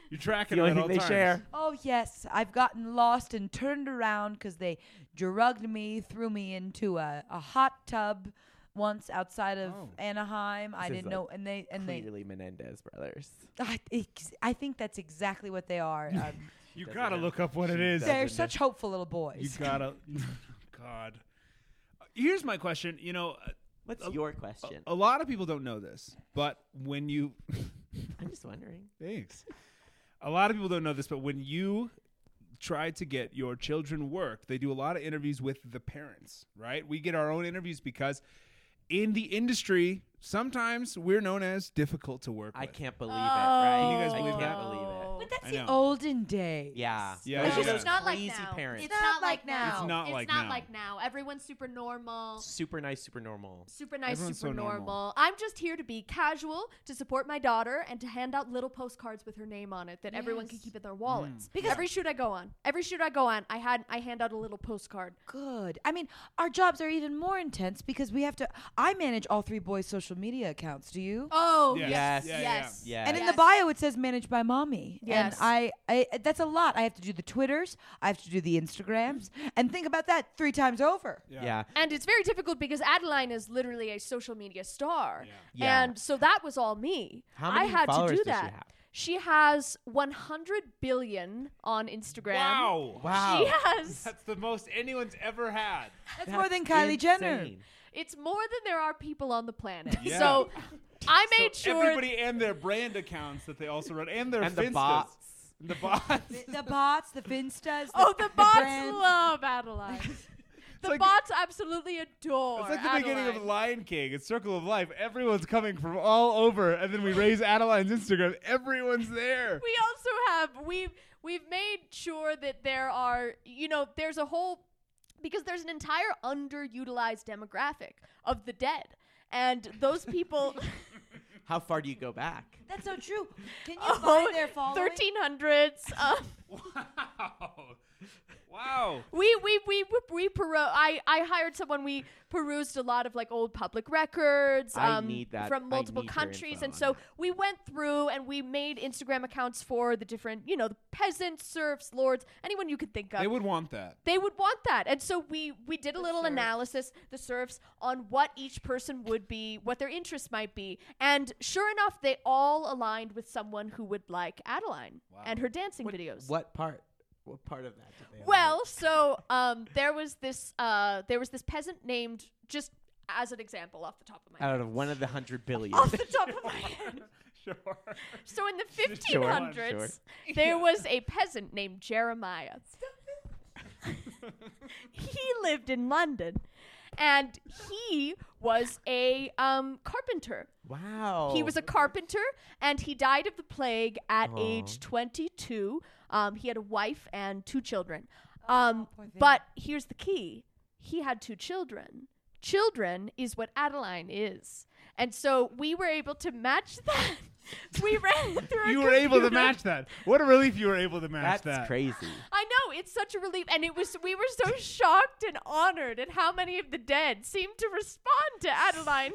E: You're tracking
C: The
E: them
C: only
E: at
C: thing
E: all times.
C: they share.
D: Oh, yes. I've gotten lost and turned around because they drugged me, threw me into a, a hot tub once outside of
E: Oh.
D: Anaheim.
C: This
D: I
C: is
D: didn't
C: like
D: know. And they, and they,
C: Clearly Menendez brothers.
D: I, ex- I think that's exactly what they are. Um,
E: You
C: Doesn't
E: gotta
C: know.
E: look up what it
C: She
E: is.
C: doesn't
D: they're
C: know.
D: such hopeful little
E: You
D: boys.
C: *laughs*
E: gotta. God. Here's my question. You know,
C: What's
E: a-
C: your question?
E: a lot of people don't know this, but when you oh.
C: I'm just wondering.
E: Thanks. A lot of people don't know this, but when you try to get your children work, they do a lot of interviews with the parents, right? We get our own interviews because in the industry, sometimes we're known as difficult to work
C: I
E: with.
C: can't believe it.
A: Can
C: Right?
E: you guys believe
A: Oh.
C: I
E: that?
C: can't believe it.
D: but that's
E: I
D: the
E: know.
D: olden days.
C: Yeah.
E: Yeah,
C: Those
E: yeah,
C: are
E: yeah.
C: those
E: It's
A: not like
C: crazy
A: now.
C: parents.
A: It's not like now.
E: It's not like now.
A: Everyone's super normal.
C: super nice, super normal.
A: Super nice,
E: Everyone's
A: super
E: so normal.
A: normal. I'm just here to be casual, to support my daughter, and to hand out little postcards with her name on it that everyone can
D: Yes.
A: keep in their wallets.
D: Because-
A: Because every shoot I go on, every shoot I go on, I had I hand out a little postcard.
D: Good. I mean, our jobs are even more intense because we have to. I manage all three boys' social media accounts. Do you?
A: Oh
E: Yes.
A: yes, yes,
E: Yeah, yeah,
A: yes.
C: yeah.
D: And in the
A: Yes.
D: bio, it says managed by mommy.
A: Yes.
D: And I, I, that's a lot. I have to do the Twitters, I have to do the Instagrams, and think about that three times over.
C: Yeah.
A: And it's very difficult because Adeline is literally a social media star.
C: Yeah.
A: And so that was all me.
C: How many
A: I had
C: followers
A: to do
C: does she
A: that.
C: have?
A: She has 100 billion on Instagram.
E: Wow.
C: Wow.
A: She
E: *laughs*
A: has.
E: That's the most anyone's ever had.
D: That's, more than Kylie Jenner.
C: Insane.
A: It's more than there are people on the planet.
E: Yeah. *laughs*
A: So I
E: So
A: made sure.
E: everybody and their brand accounts that they also run and their
C: And the
E: Finstas.
C: bots.
E: And the bots.
D: The,
A: *laughs*
D: the bots, the Finstas. The,
A: *laughs*
E: *laughs*
A: oh, the bots
D: brands.
A: love Adeline. The
E: like-
A: bots absolutely
E: *laughs*
A: adore.
E: It's like the
A: Adeline.
E: beginning of Lion King. It's Circle of Life. Everyone's coming from all over, and then we raise Adeline's Instagram. Everyone's there.
A: we also have we've we've made sure that there are you know there's a whole because there's an entire underutilized demographic of the dead and
E: *laughs*
A: those people
C: How far do you go back?
D: That's so true. Can you
A: oh,
D: find their following?
C: *laughs*
A: 1300s uh, *laughs*
E: Wow. Wow.
A: we we we we peru- I I hired someone we perused a lot of like old public records
C: I
A: um
C: need that. I
A: from multiple
C: need your
A: countries
C: info
A: and
C: on
A: so
C: that.
A: we went through and we made Instagram accounts for the different you know the peasants serfs lords anyone you could think of
E: They would want that.
A: they would want that and so we we did a little analysis the serfs on what each person would be what their interests might be and sure enough they all aligned with someone who would like adeline and her dancing videos
C: What part? What part of that? Did they
A: well so um there was this uh there was this peasant named just as an example off the top of my
E: Uh.
C: like?
A: head
C: out of one of the hundred billion.
A: off the *laughs* top of my head
E: Sure.
A: so in the
C: Sure,
A: 1500s there was a peasant named jeremiah he lived in london and he was a um, carpenter
C: *laughs* wow.
A: he was a carpenter and he died of the plague at
C: Aw.
A: age 22 um, he had a wife and two children um,
D: poor thing.
A: but here's the key he had two children children is what adeline is and so we were able to match *laughs* that we ran through
E: *laughs*
A: a
E: You were able to
A: computer.
E: match that. What a relief you were able to match
C: That's
E: that.
C: crazy.
A: I know it's such a relief, and it was we were so shocked and honored at how many of the dead seemed to respond to Adeline.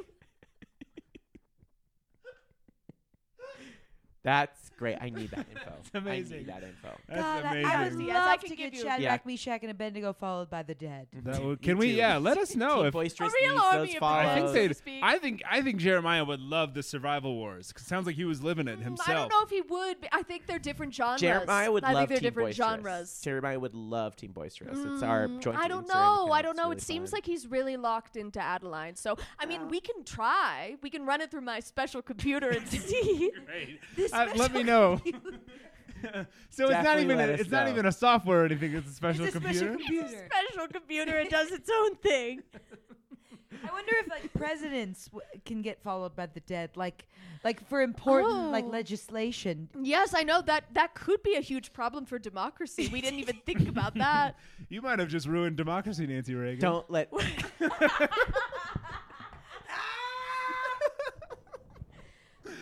C: That's great. I need that
E: *laughs*
C: info. I
E: amazing.
C: need that info.
E: That's
D: God, I-
E: amazing.
D: I, would
A: Yes, I
D: love
A: can
D: to
A: give
D: get
A: you-
D: Shadrach,
C: Yeah.
D: Meshach, and Abednego followed by the dead.
E: That
C: Me
E: would- can we?
C: too.
E: Yeah, let us know
C: Team
E: if.
C: boisterous
A: A real
C: needs those
A: army of
C: follows.
E: I think
A: so to
E: they.
A: speak.
E: I think I think Jeremiah would love the survival wars. 'cause it sounds like he was living it
A: Mm,
E: himself.
A: I don't know if he would. But I think they're different genres.
C: Jeremiah would
A: I
C: love
A: think they're
C: Team
A: different
C: Boisterous.
A: genres.
C: Jeremiah would love Team Boisterous. It's our
A: Mm,
C: joint.
A: I don't
C: Instagram
A: know. I
C: account.
A: don't
C: It's
A: know.
C: really
A: it seems
C: fun.
A: like he's really locked into Adeline. So I mean, we can try. We can run it through my special computer and see.
E: Great.
D: This
E: Uh, let
D: special
E: me know. *laughs* so it's not
C: Definitely
E: even a,
C: let us
E: it's not
C: know.
E: even a software or anything. It's a special
D: It's a
E: computer.
D: special computer.
A: *laughs* special computer. It does its own thing.
D: I wonder if like presidents w- can get followed by the dead, like like for important like
A: Oh.
D: legislation.
A: Yes, I know that that could be a huge problem for democracy. We didn't even think about that.
E: You might have just ruined democracy, Nancy Reagan.
C: Don't let.
A: *laughs*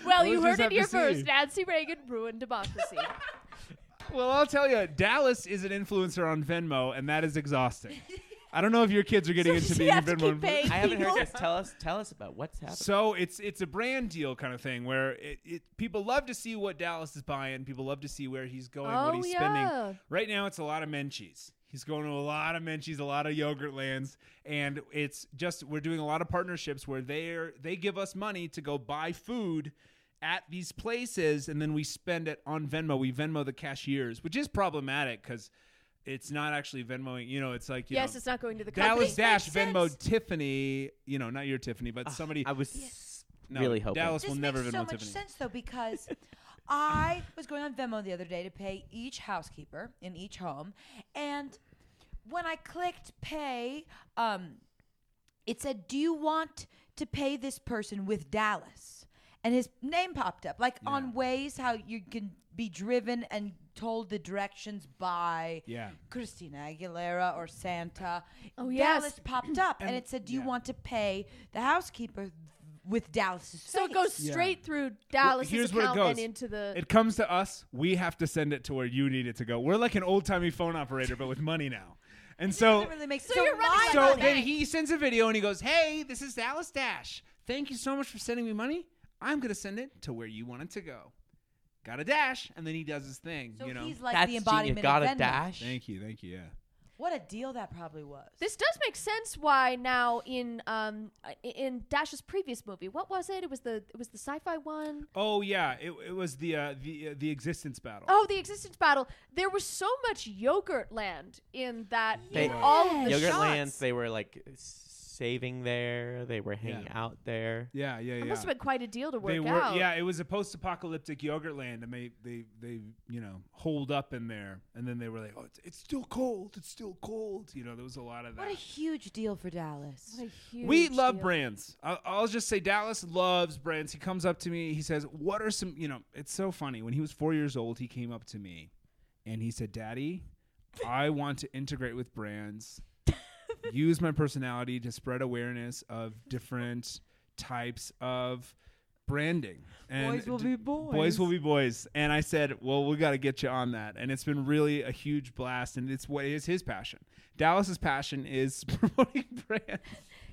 A: Well,
E: We'll
A: you
E: just
A: heard
E: have
A: it
E: to
A: here
E: see.
A: first. Nancy Reagan ruined democracy.
E: Well, I'll tell you, Dallas is an influencer on Venmo, and that is exhausting. I don't know if your kids are getting into
A: you
E: being
A: have to
E: Venmo.
A: keep
E: influ-
A: paying
C: I haven't heard
A: people.
C: this. Tell us. Tell us about what's happening.
E: So it's it's a brand deal kind of thing where it, it people love to see what Dallas is buying. People love to see where he's going, what
A: Oh,
E: he's
A: yeah.
E: spending. Right now, it's a lot of Menchie's. He's going to a lot of Menchie's, a lot of Yogurt Lands, and it's just we're doing a lot of partnerships where they're they give us money to go buy food at these places, and then we spend it on Venmo. We Venmo the cashiers, which is problematic because. It's not actually Venmoing, you know. It's like you
A: yes,
E: know,
A: it's not going to the company.
E: Dallas Dash
D: makes sense.
E: Venmo Tiffany, you know, not your Tiffany, but somebody.
C: I was s- really hoping.
E: Dallas
D: This
E: will never
D: makes
E: Venmo
D: so much
E: Tiffany.
D: sense though because *laughs* I was going on Venmo the other day to pay each housekeeper in each home, and when I clicked pay, um, it said, "Do you want to pay this person with Dallas?" And his name popped up, like on ways how you can be driven and told the directions by
E: Yeah.
D: Christina Aguilera or Santa.
A: Oh, yes.
D: Dallas
E: *clears throat*
D: popped up, and, it said, "Do you want to pay the housekeeper with Dallas?"
A: So it goes straight through Dallas'
E: here's where it
A: account
E: goes.
A: and into the.
E: It comes to us. We have to send it to where you need it to go. We're like an old timey phone operator, but with money now. And so,
D: doesn't really make
A: So
D: so
A: you're running
D: why
A: out
E: so
A: of
E: then
A: bank.
E: he sends a video and he goes, "Hey, this is Dallas Dash. Thank you so much for sending me money. I'm gonna send it to where you want it to go. Got a dash." And then he does his thing.
D: so
E: you know.
D: he's like
C: That's
D: the
C: genius.
D: embodiment
C: Got
D: of
C: a
D: Venmo.
C: dash.
E: thank you, thank you. Yeah.
D: What a deal that probably was.
A: this does make sense. Why now in um uh, in Dash's previous movie, what was it? It was the it was the sci-fi one.
E: Oh yeah, it, it was the uh, the uh, the existence battle.
A: Oh, the existence battle. There was so much yogurt land in that.
C: They-
A: in all of the
C: Yogurt
A: shots.
C: Lands. They were like saving there. They were hanging
E: Yeah.
C: out there.
E: Yeah, yeah, yeah.
A: It must have been quite a deal to work
E: they were
A: out.
E: yeah it was a post-apocalyptic yogurt land and they they they you know holed up in there and then they were like oh it's, it's still cold it's still cold you know there was a lot of that
D: What a huge deal for Dallas.
A: What a huge
E: we love
A: deal.
E: brands I'll, I'll just say dallas loves brands he comes up to me he says what are some you know it's so funny when he was four years old he came up to me and he said daddy i want to integrate with
D: *laughs*
E: brands use my personality to spread awareness of different types of branding and
D: Boys will
E: d-
D: be boys.
E: boys will be boys and i said well we got to get you on that and it's been really a huge blast and it's what is his passion dallas's passion is *laughs* promoting brands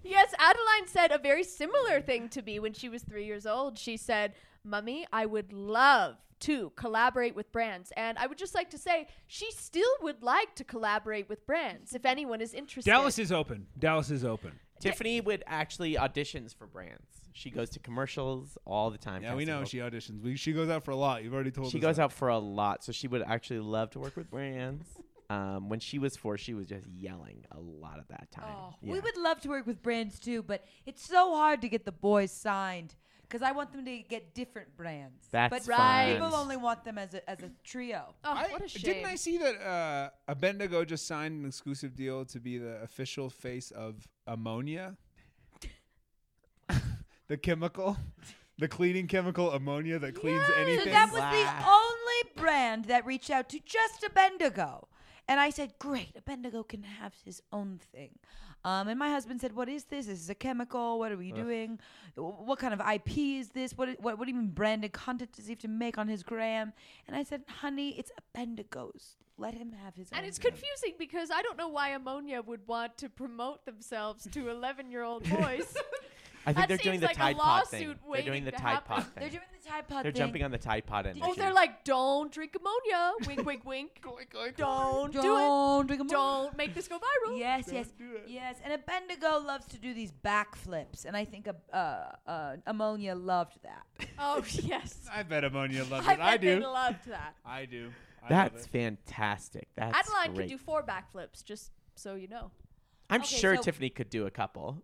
A: Yes, Adeline said a very similar thing to me when she was three years old. She said, Mummy, I would love to collaborate with brands. And I would just like to say, she still would like to collaborate with brands if anyone is interested.
E: dallas is open dallas is open
C: Tiffany would actually auditions for brands. She goes to commercials all the time.
E: yeah we know
C: Casting
E: she auditions we, she goes out for a lot you've already told
C: She
E: us
C: goes
E: that.
C: out for a lot, so she would actually love to work with
A: *laughs*
C: brands. um, when she was four, she was just yelling a lot at that time.
D: Oh,
C: Yeah.
D: We would love to work with brands too, but it's so hard to get the boys signed because I want them to get different brands.
C: That's
D: but
A: fine.
D: people only want them as a, as a trio.
A: Oh,
E: I-
A: what a shame.
E: Didn't I see that uh, Abendago just signed an exclusive deal to be the official face of ammonia? *laughs* the chemical, the cleaning chemical ammonia that cleans anything.
D: So that was the
C: Wow.
D: only brand that reached out to just a Bendigo. And I said, great, a Bendigo can have his own thing. Um, and my husband said, what is this? This is a chemical. What are we doing? Wh- What kind of IP is this? What, i- what, what even branded content does he have to make on his gram? And I said, honey, it's a Bendigo's. Let him have his own.
A: and it's
D: thing."
A: confusing because I don't know why Ammonia would want to promote themselves to 11 year old boys.
C: I think
A: That
C: they're doing
A: seems
C: the
A: like a
C: Tide Pod thing.
A: lawsuit
C: They're doing
A: waiting
C: the
A: to
C: Tide
A: happen.
C: Pod
A: *laughs*
C: thing.
D: They're doing the Tide Pod
C: They're
D: thing.
C: jumping on the Tide Pod energy.
A: Oh, they're like, don't drink ammonia. Wink, wink, wink. Don't do
D: Don't drink a mo-
A: it. Don't make this go
D: *laughs*
A: viral.
D: Yes, yes, yes. And Abednego loves to do these backflips, and I think uh, uh, ammonia loved that.
A: Oh, yes.
E: I bet ammonia
A: *laughs*
E: loves
A: I
E: it.
A: bet
E: I
A: they
E: do.
A: loved that.
E: I do. I love
C: That's
E: it.
C: fantastic. That's
A: Adeline
C: great.
A: could do four backflips, just so you know.
C: I'm
D: Okay,
C: sure
D: so-
C: Tiffany could do a couple.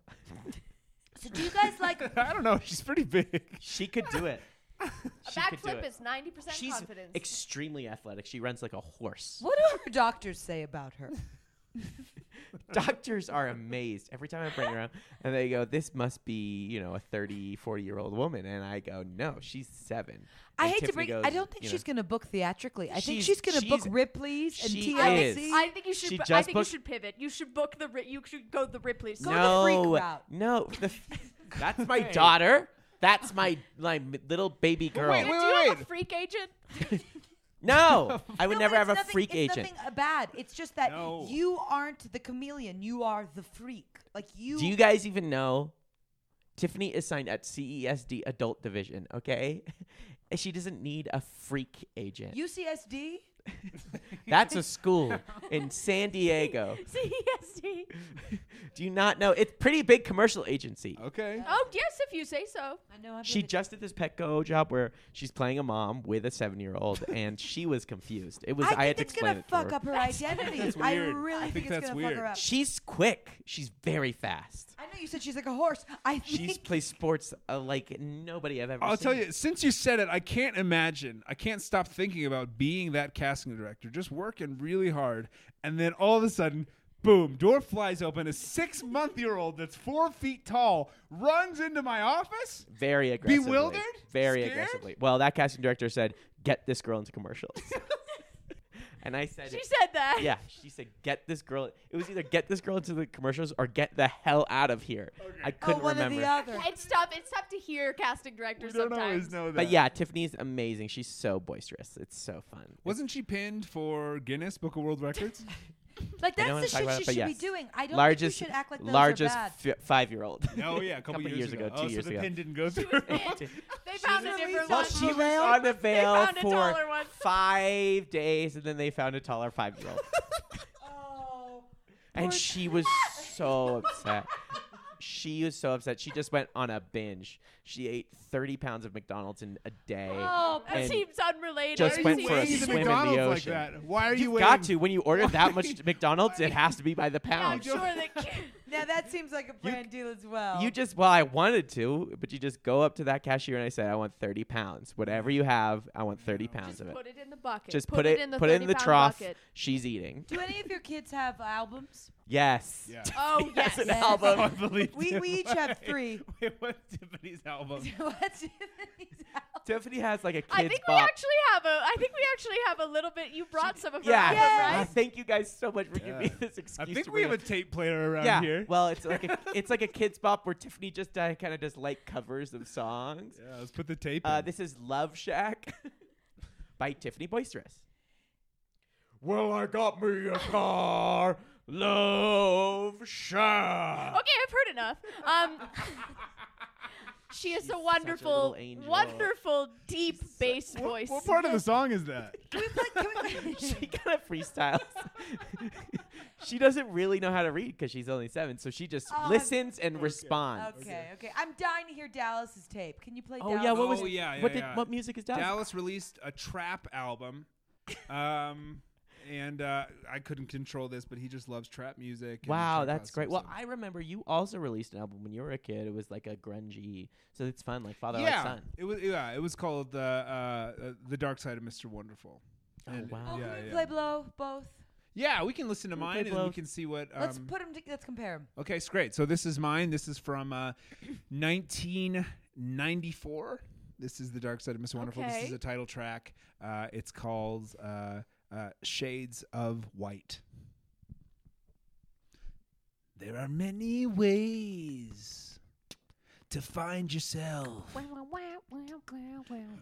D: So do you guys like?
E: *laughs* I don't know. She's pretty big.
C: She could do
D: *laughs*
C: it.
A: A
C: She could do
A: backflip
C: it.
A: is 90%
C: She's
A: confidence.
C: extremely athletic. She runs like a horse.
D: *laughs* What do her doctors say about her?
C: *laughs* Doctors are amazed every time I bring her up and they go, This must be, you know, a 30, 40 year old woman. And I go, No, she's seven.
D: *laughs* I
C: And
D: hate to
C: Tiffany
D: bring. I
C: goes,
D: don't think
C: you know,
D: she's going to book theatrically. I think
C: She's-
D: she's going to book
C: she's-
D: Ripley's and
C: she
A: I
C: is.
D: TLC.
A: think, I think you should.
C: She
A: bu- I
C: just
A: think
C: booked-
A: you should pivot. You should book the. Ri- you should go the Ripley's. *laughs*
D: Go
C: no,
D: the freak route.
C: No, the
D: *laughs*
C: f- that's my daughter. That's my my m- little baby girl.
A: Do
E: wait,
A: you have a freak agent?
D: *laughs*
C: No, I would
D: No,
C: never
D: but
C: have a
D: it's nothing-
C: freak
D: it's
C: agent.
D: Nothing uh, bad. It's just that
E: No.
D: you aren't the chameleon. You are the freak. Like you.
C: Do you guys even know? Tiffany is signed at CESD Adult Division, okay? *laughs* She doesn't need a freak agent.
D: UCSD.
C: That's a school in San Diego.
A: CESD.
C: Do you not know? It's pretty big commercial agency.
E: Okay.
A: Oh yes, if you say so.
D: I know. I'm
C: She just did this Petco job where she's playing a mom with a
D: *laughs*
C: seven-year-old, and she was confused. It was I,
D: I, think
C: had to
D: it's
C: explain
D: gonna
C: it to
D: fuck
C: her.
D: up *laughs* her identity.
E: That's
D: I
E: weird.
D: really
E: I
D: think,
E: think
D: it's
E: that's
D: gonna fuck
E: weird.
D: her up.
C: She's quick. She's very fast.
D: *laughs* I know you said she's like a horse. I think
C: She's plays sports uh, like nobody I've ever.
E: I'll
C: seen.
E: tell you, since you said it, I can't imagine. I can't stop thinking about being that casting director, just working really hard, and then all of a sudden, boom, door flies open. A six month year old that's four feet tall runs into my office.
C: Very aggressively.
E: Bewildered?
C: Very
E: Scared?
C: aggressively. Well, that casting director said, "Get this girl
E: *laughs*
C: into commercials," and I said,
A: She said that.
C: "Yeah." She said, "Get this girl." It was either get this girl into the commercials or get the hell out of here. I
D: oh,
C: couldn't
D: one
C: remember.
D: or the other.
A: *laughs* It's tough. It's tough to hear casting
E: We
A: directors
E: don't
A: sometimes.
E: always know that.
C: But yeah, Tiffany's amazing. She's so boisterous. It's so fun.
E: Wasn't she pinned for Guinness Book of World
D: *laughs*
E: Records?
D: Like
C: I don't
D: that's
C: wanna
D: the
C: talk
D: shit
C: about
D: she
C: it, but
D: should be
C: yes.
D: doing. I don't
C: largest
D: think we should act like those
C: largest
D: are bad.
C: fi- five-year-old.
E: oh
C: *laughs*
E: yeah, a couple,
C: years ago,
E: oh,
C: two
E: so
C: years
E: the
C: ago.
E: pin didn't go through. *laughs*
A: They found a
D: released
A: different
C: Well,
A: one.
D: on
C: she was
D: Veil?
A: *laughs*
C: on the veil
A: found a
C: for
A: taller one. *laughs*
C: five days, and then they found a taller five-year-old,
D: Oh,
C: and
D: poor
C: she was so upset. She was so upset. She just went on a binge. She ate 30 pounds of McDonald's in a day.
D: Oh,
A: That
C: and
A: seems unrelated.
C: just
E: Why are
C: went
E: you
C: for a
E: weighing the
C: swim in the
E: McDonald's like
C: ocean.
E: that? Why are you
C: You've
E: weighing?
C: got to. When you order that much McDonald's, it has to be by the
A: Yeah, I'm
C: pound. *laughs*
A: sure that. Ki-
D: now that seems like a brand deal as well.
C: You just well, I wanted to, but you just go up to that cashier and I said, I want thirty pounds. Whatever you have, I want thirty pounds
A: Just
C: of it.
A: put it in the bucket.
C: just put, it,
A: in the
C: put it in the
A: 30-pound
C: trough. *laughs*
A: Bucket.
C: She's eating.
D: do any of your kids have albums?
C: Yes. *laughs*
E: Yeah.
A: Oh yes.
C: That's an
D: Yes.
E: *laughs* Oh, I
C: album.
E: believe
D: We we each have three.
E: *laughs*
D: *laughs*
E: Wait, what's Tiffany's album?
D: What's Tiffany's album?
C: Tiffany has like a kids
A: I think we
C: bop.
A: actually have a. I think we actually have a little bit. You brought some of her
C: yeah.
A: album,
D: Yes.
C: Uh,
A: right?
C: Thank you guys so much for giving me
E: Yeah.
C: this excuse.
E: I think
C: to
E: we
C: bring
E: have a
C: it-
E: tape player around
C: yeah.
E: here.
C: Well, it's
E: *laughs*
C: like a it's like a kids bop where Tiffany just uh, kind of does like covers of songs.
E: yeah, let's put the tape.
C: Uh,
E: in.
C: this is Love Shack *laughs* by Tiffany Boisterous.
B: Well, I got me a car. Love
C: *laughs*
B: shot.
A: Okay, I've heard enough. Um, she is
C: She's such
A: a
C: a
A: wonderful,
C: little angel.
A: wonderful, deep bass voice.
E: What part of the song is
C: *laughs*
E: that?
D: Can we play? Can we
C: she kind of freestyles. *laughs* she doesn't really know how to read because she's only seven, so she just
D: Oh,
C: listens and responds.
D: okay, okay. I'm dying to hear Dallas's tape. Can you play?
C: Oh
D: Dallas?
C: yeah, what was?
E: Oh, yeah,
C: what
E: yeah,
C: did?
E: yeah.
C: What music is Dallas?
E: Dallas released a trap album. Um, and uh, I couldn't control this, but he just loves trap music. and
C: Wow,
E: trap
C: that's
E: house
C: great.
E: and
C: Well,
E: stuff.
C: I remember you also released an album when you were a kid. It was like a grungy, so it's fun, like father like
E: yeah,
C: son.
E: it was yeah, it was called uh, uh, uh, the Dark Side of Mr. Wonderful.
C: Oh,
E: And-
C: wow.
D: Oh,
E: yeah,
D: can we
E: yeah.
D: play blow both?
E: Yeah, we can listen to
C: Can we play
E: mine and we
C: both?
E: can see what. Um,
D: Let's put them. let's compare them.
E: okay, it's great. So this is mine. This is from uh, 1994. This is the Dark Side of Mr. Wonderful. This
A: Okay.
E: is a title track. Uh, it's called uh, uh, Shades of White. There are many ways to find yourself.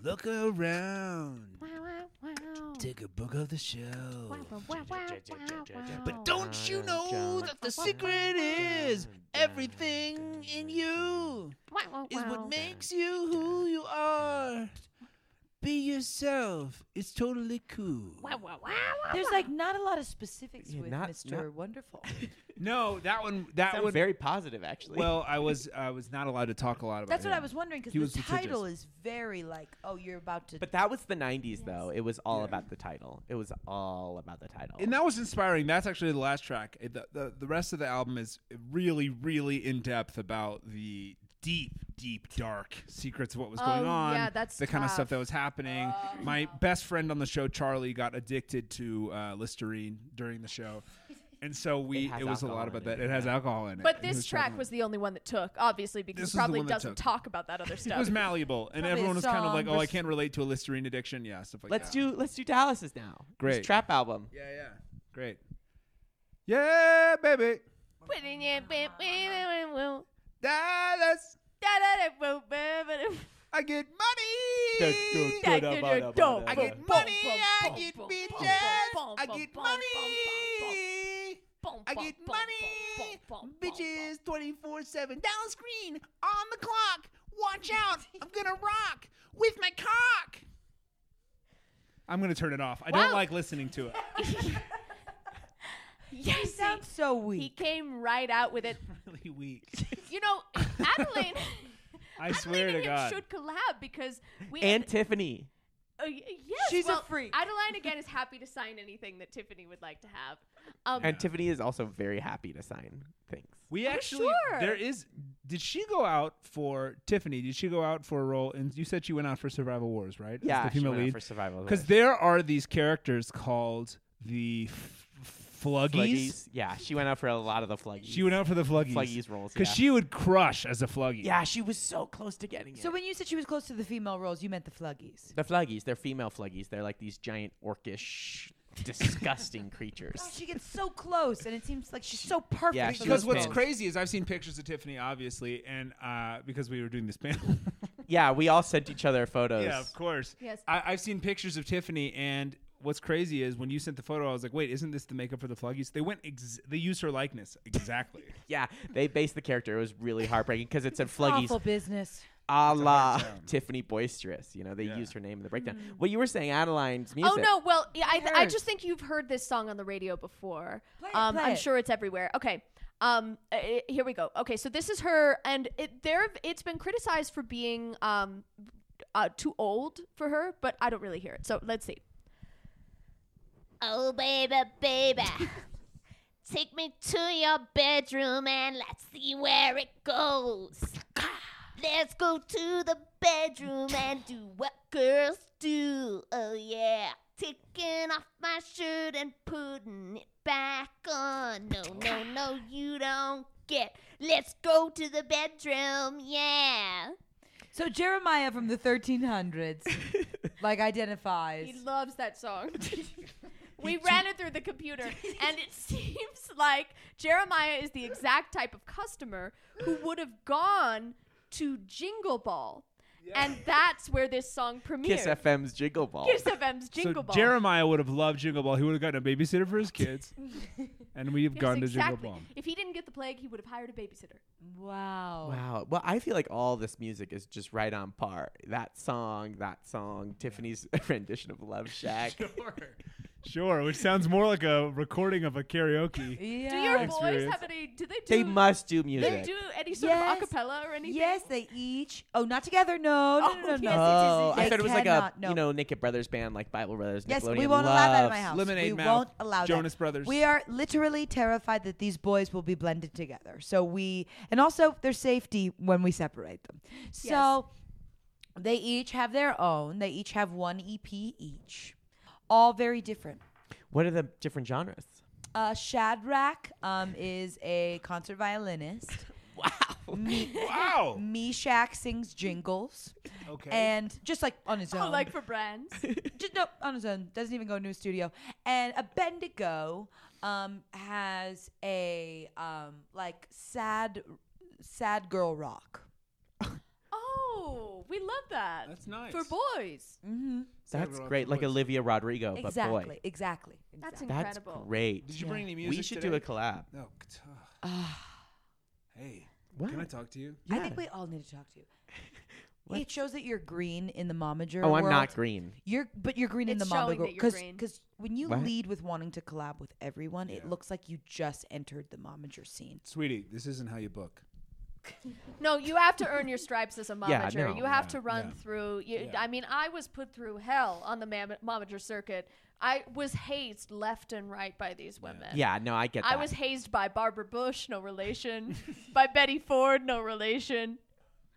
E: Look around. Take a book of the show. But don't you know that the secret is everything in you is what makes you who you are? Be yourself. It's totally cool.
D: There's like not a lot of specifics
C: Yeah,
D: with
C: not-
D: Mr.
C: not-
D: *laughs* Wonderful.
E: No, that one. That
C: Sounds
E: one.
C: very positive, actually.
E: well, I was I was not allowed to talk a lot about.
D: That's what I
E: him.
D: was wondering because
E: He
D: the
E: was litigious.
D: title is very like, oh, you're about
C: *laughs*
D: to.
C: but that was the '90s, though. It was all
E: Yeah.
C: about the title. It was all about the title.
E: and that was inspiring. That's actually the last track. Uh, The, the, the rest of the album is really, really in depth about the deep, deep, dark secrets of what was
A: Oh,
E: going on.
A: yeah, that's
E: the kind of
A: tough. Oh.
E: stuff that was happening. My best friend on the show, Charlie, got addicted to uh, Listerine during the show. And so we,
C: *laughs* It has
E: it, was a
C: alcohol
E: lot
C: in
E: about
C: it,
E: that. It
C: yeah.
E: has alcohol in it.
A: But
E: and he
A: this track
E: traveling.
A: was the only one that took, obviously,
E: This is
A: because it
E: the
A: probably
E: one that
A: doesn't
E: took.
A: talk about that
E: *laughs*
A: other
E: It
A: stuff.
E: was malleable, and
D: Probably a
E: everyone was kind of
D: song
E: like, "Oh, I
D: versus-
E: can't relate to a Listerine addiction." Oh, Yeah, stuff like
C: let's
E: that.
C: do let's do Dallas's now. His
E: Great.
C: trap album.
E: Yeah, yeah, great. Yeah, baby, Dallas. I get money. I get money.
A: Bum, bum,
E: I
A: bum,
E: get
A: bum,
E: bitches.
A: bum,
E: I
A: bum,
E: get
A: bum, bum,
E: money. I get money. Bitches 24 7. Dallas Green on the clock. Watch out. I'm going to rock with my cock. I'm going to turn it off. I don't
A: Wow.
E: like listening to it.
A: Yes,
D: he
A: he-
D: sounds so
A: he
D: weak.
A: came right out with it.
E: *laughs* really weak.
A: You know,
D: *laughs*
A: Adeline.
E: I
A: Adeline
E: swear
A: and
E: to
A: him
E: God.
A: should collab because we
C: And Tiffany.
A: Uh, y- yes,
D: She's a
A: well,
D: freak.
A: Adeline again is happy to sign anything that Tiffany would like to have. Um,
C: And Tiffany is also very happy to sign things.
E: We actually,
A: sure.
E: there is. Did she go out for Tiffany? Did she go out for a role? And you said she went out for Survival Wars, right? As
C: Yeah,
E: the
C: she
E: female
C: went out
E: lead.
C: for survival. of the
E: Because
C: Fittest.
E: there are these characters called the f- fluggies.
C: Fluggies. Yeah, she went out for a lot of the fluggies.
E: She went out for the fluggies.
C: fluggies roles.
E: Because
C: yeah.
E: she would crush as a fluggy.
C: Yeah, she was so close to getting it.
D: So when you said she was close to the female roles, you meant the fluggies.
C: the fluggies, they're female fluggies. They're like these giant
A: *laughs*
C: orcish, disgusting creatures.
D: Oh, she gets so close, and it seems like she's so perfect.
C: Yeah,
D: for
C: she
D: those
E: Because
C: was
E: what's
C: pinned.
D: roles.
E: crazy is I've seen pictures of Tiffany, obviously, and uh, because we were doing this panel. *laughs*
C: yeah, we all sent each other photos.
E: yeah, of course.
A: Yes.
E: I- I've seen pictures of Tiffany, and what's crazy is when you sent the photo, I was like, wait, isn't this the makeup for the fluggies? They went, ex- they used her likeness
A: *laughs*
E: exactly.
C: Yeah, they based the character. It was really heartbreaking because it said fluggies
D: Awful business.
C: a la
E: sound.
C: Tiffany Boisterous. You know, they
E: Yeah.
C: used her name in the breakdown. What you were saying, Adeline's music.
A: Mm. Oh no! Well, yeah, I, I
D: Yours.
A: just think you've heard this song on the radio before.
D: Play it,
A: um,
D: play
A: I'm
D: it.
A: sure it's everywhere. Okay. Um, uh, uh, here we go. Okay, so this is her, and it, there it's been criticized for being um, uh, too old for her, but I don't really hear it. So let's see.
F: Oh, baby, baby. *laughs* Take me to your bedroom and let's see where it goes. Let's go to the bedroom and do what girls do. Oh, yeah. Taking off my shirt and putting it back on. No, no, no, you don't get. Let's go to the bedroom, yeah.
D: So Jeremiah from
C: *laughs*
D: the 1300s, like identifies.
A: He loves
D: *laughs*
A: that song. *laughs* we ran it through the computer, and it seems like Jeremiah is the exact type of customer who would have gone to Jingle Ball, and that's where this song premiered.
C: Kiss FM's Jiggle Ball.
A: Kiss FM's Jingle
E: so
A: Ball.
E: Jeremiah would have loved Jingle Ball. He would have gotten a babysitter for his
A: *laughs*
E: kids, and we've
A: Yes,
E: gone to
A: exactly.
E: Jingle Ball.
A: If he didn't get the plague, he would have hired a babysitter.
D: wow.
C: Wow. Well, I feel like all this music is just right on par. That song, that song, Tiffany's *laughs* rendition of Love
E: *laughs*
C: Shack.
E: Sure. sure, which sounds more like a recording of a
A: *laughs*
E: karaoke.
D: Yeah.
A: Do your
E: Thanks,
A: boys
E: Ruth.
A: have any? Do they do?
C: they must do
A: they
C: music.
A: do any sort
D: Yes.
A: of acapella or anything?
D: Yes, they each. Oh, not together. No, no,
A: Oh,
D: no, no.
A: yes,
D: no.
A: it is.
C: Oh, I
D: They
C: thought it was like a
D: cannot, no.
C: you know Naked Brothers band, like Bible Brothers.
D: Yes,
C: Nickelodeon
D: we won't allow that at my
C: loves.
D: house.
E: Lemonade
D: we
E: Mouth,
D: won't allow
E: Jonas
D: that.
E: Brothers.
D: We are literally terrified that these boys will be blended together. So we, and also their safety when we separate them. So they each have their own. They each have one EP each, all very different.
C: What are the different genres?
D: Uh, Shadrach um, is a concert violinist.
E: Wow.
D: Meshack sings jingles,
E: Oh. Okay.
D: and just like on his own,
A: Oh, like for brands.
D: just no on his own. Doesn't even go into a studio. And a Bendigo um, has a um, like sad, sad girl rock.
A: Oh, we love that.
E: That's nice.
A: For boys.
C: That's
E: Rob
C: great. Like
E: Royce.
C: Olivia Rodrigo,
D: Exactly,
C: but boy.
D: exactly.
A: That's
D: exactly.
C: That's
A: incredible.
C: great.
E: Did you bring any music?
C: We should
E: today?
C: do a collab.
E: No. c- t- ugh.
A: Ah.
E: *sighs* hey,
C: What?
E: can I talk to you?
D: I think
C: Yeah.
D: we all need to talk
C: *laughs*
D: to you.
C: What?
D: It shows that you're green in the momager.
C: Oh, I'm
D: world.
C: not green.
D: You're, but you're green in the
A: It's showing
D: momager
A: that you're green.
D: because when you
C: What?
D: lead with wanting to collab with everyone, it looks like you just entered the momager scene.
E: Sweetie, this isn't how you book.
A: No, you have to earn your stripes as a momager.
C: Yeah, no,
A: you have
E: yeah,
A: to run
E: yeah.
A: through. You,
E: Yeah.
A: I mean, I was put through hell on the mam- momager circuit. I was hazed left and right by these women.
C: Yeah, no, I get that.
A: I was hazed by Barbara Bush, no relation. *laughs* by Betty Ford, no relation.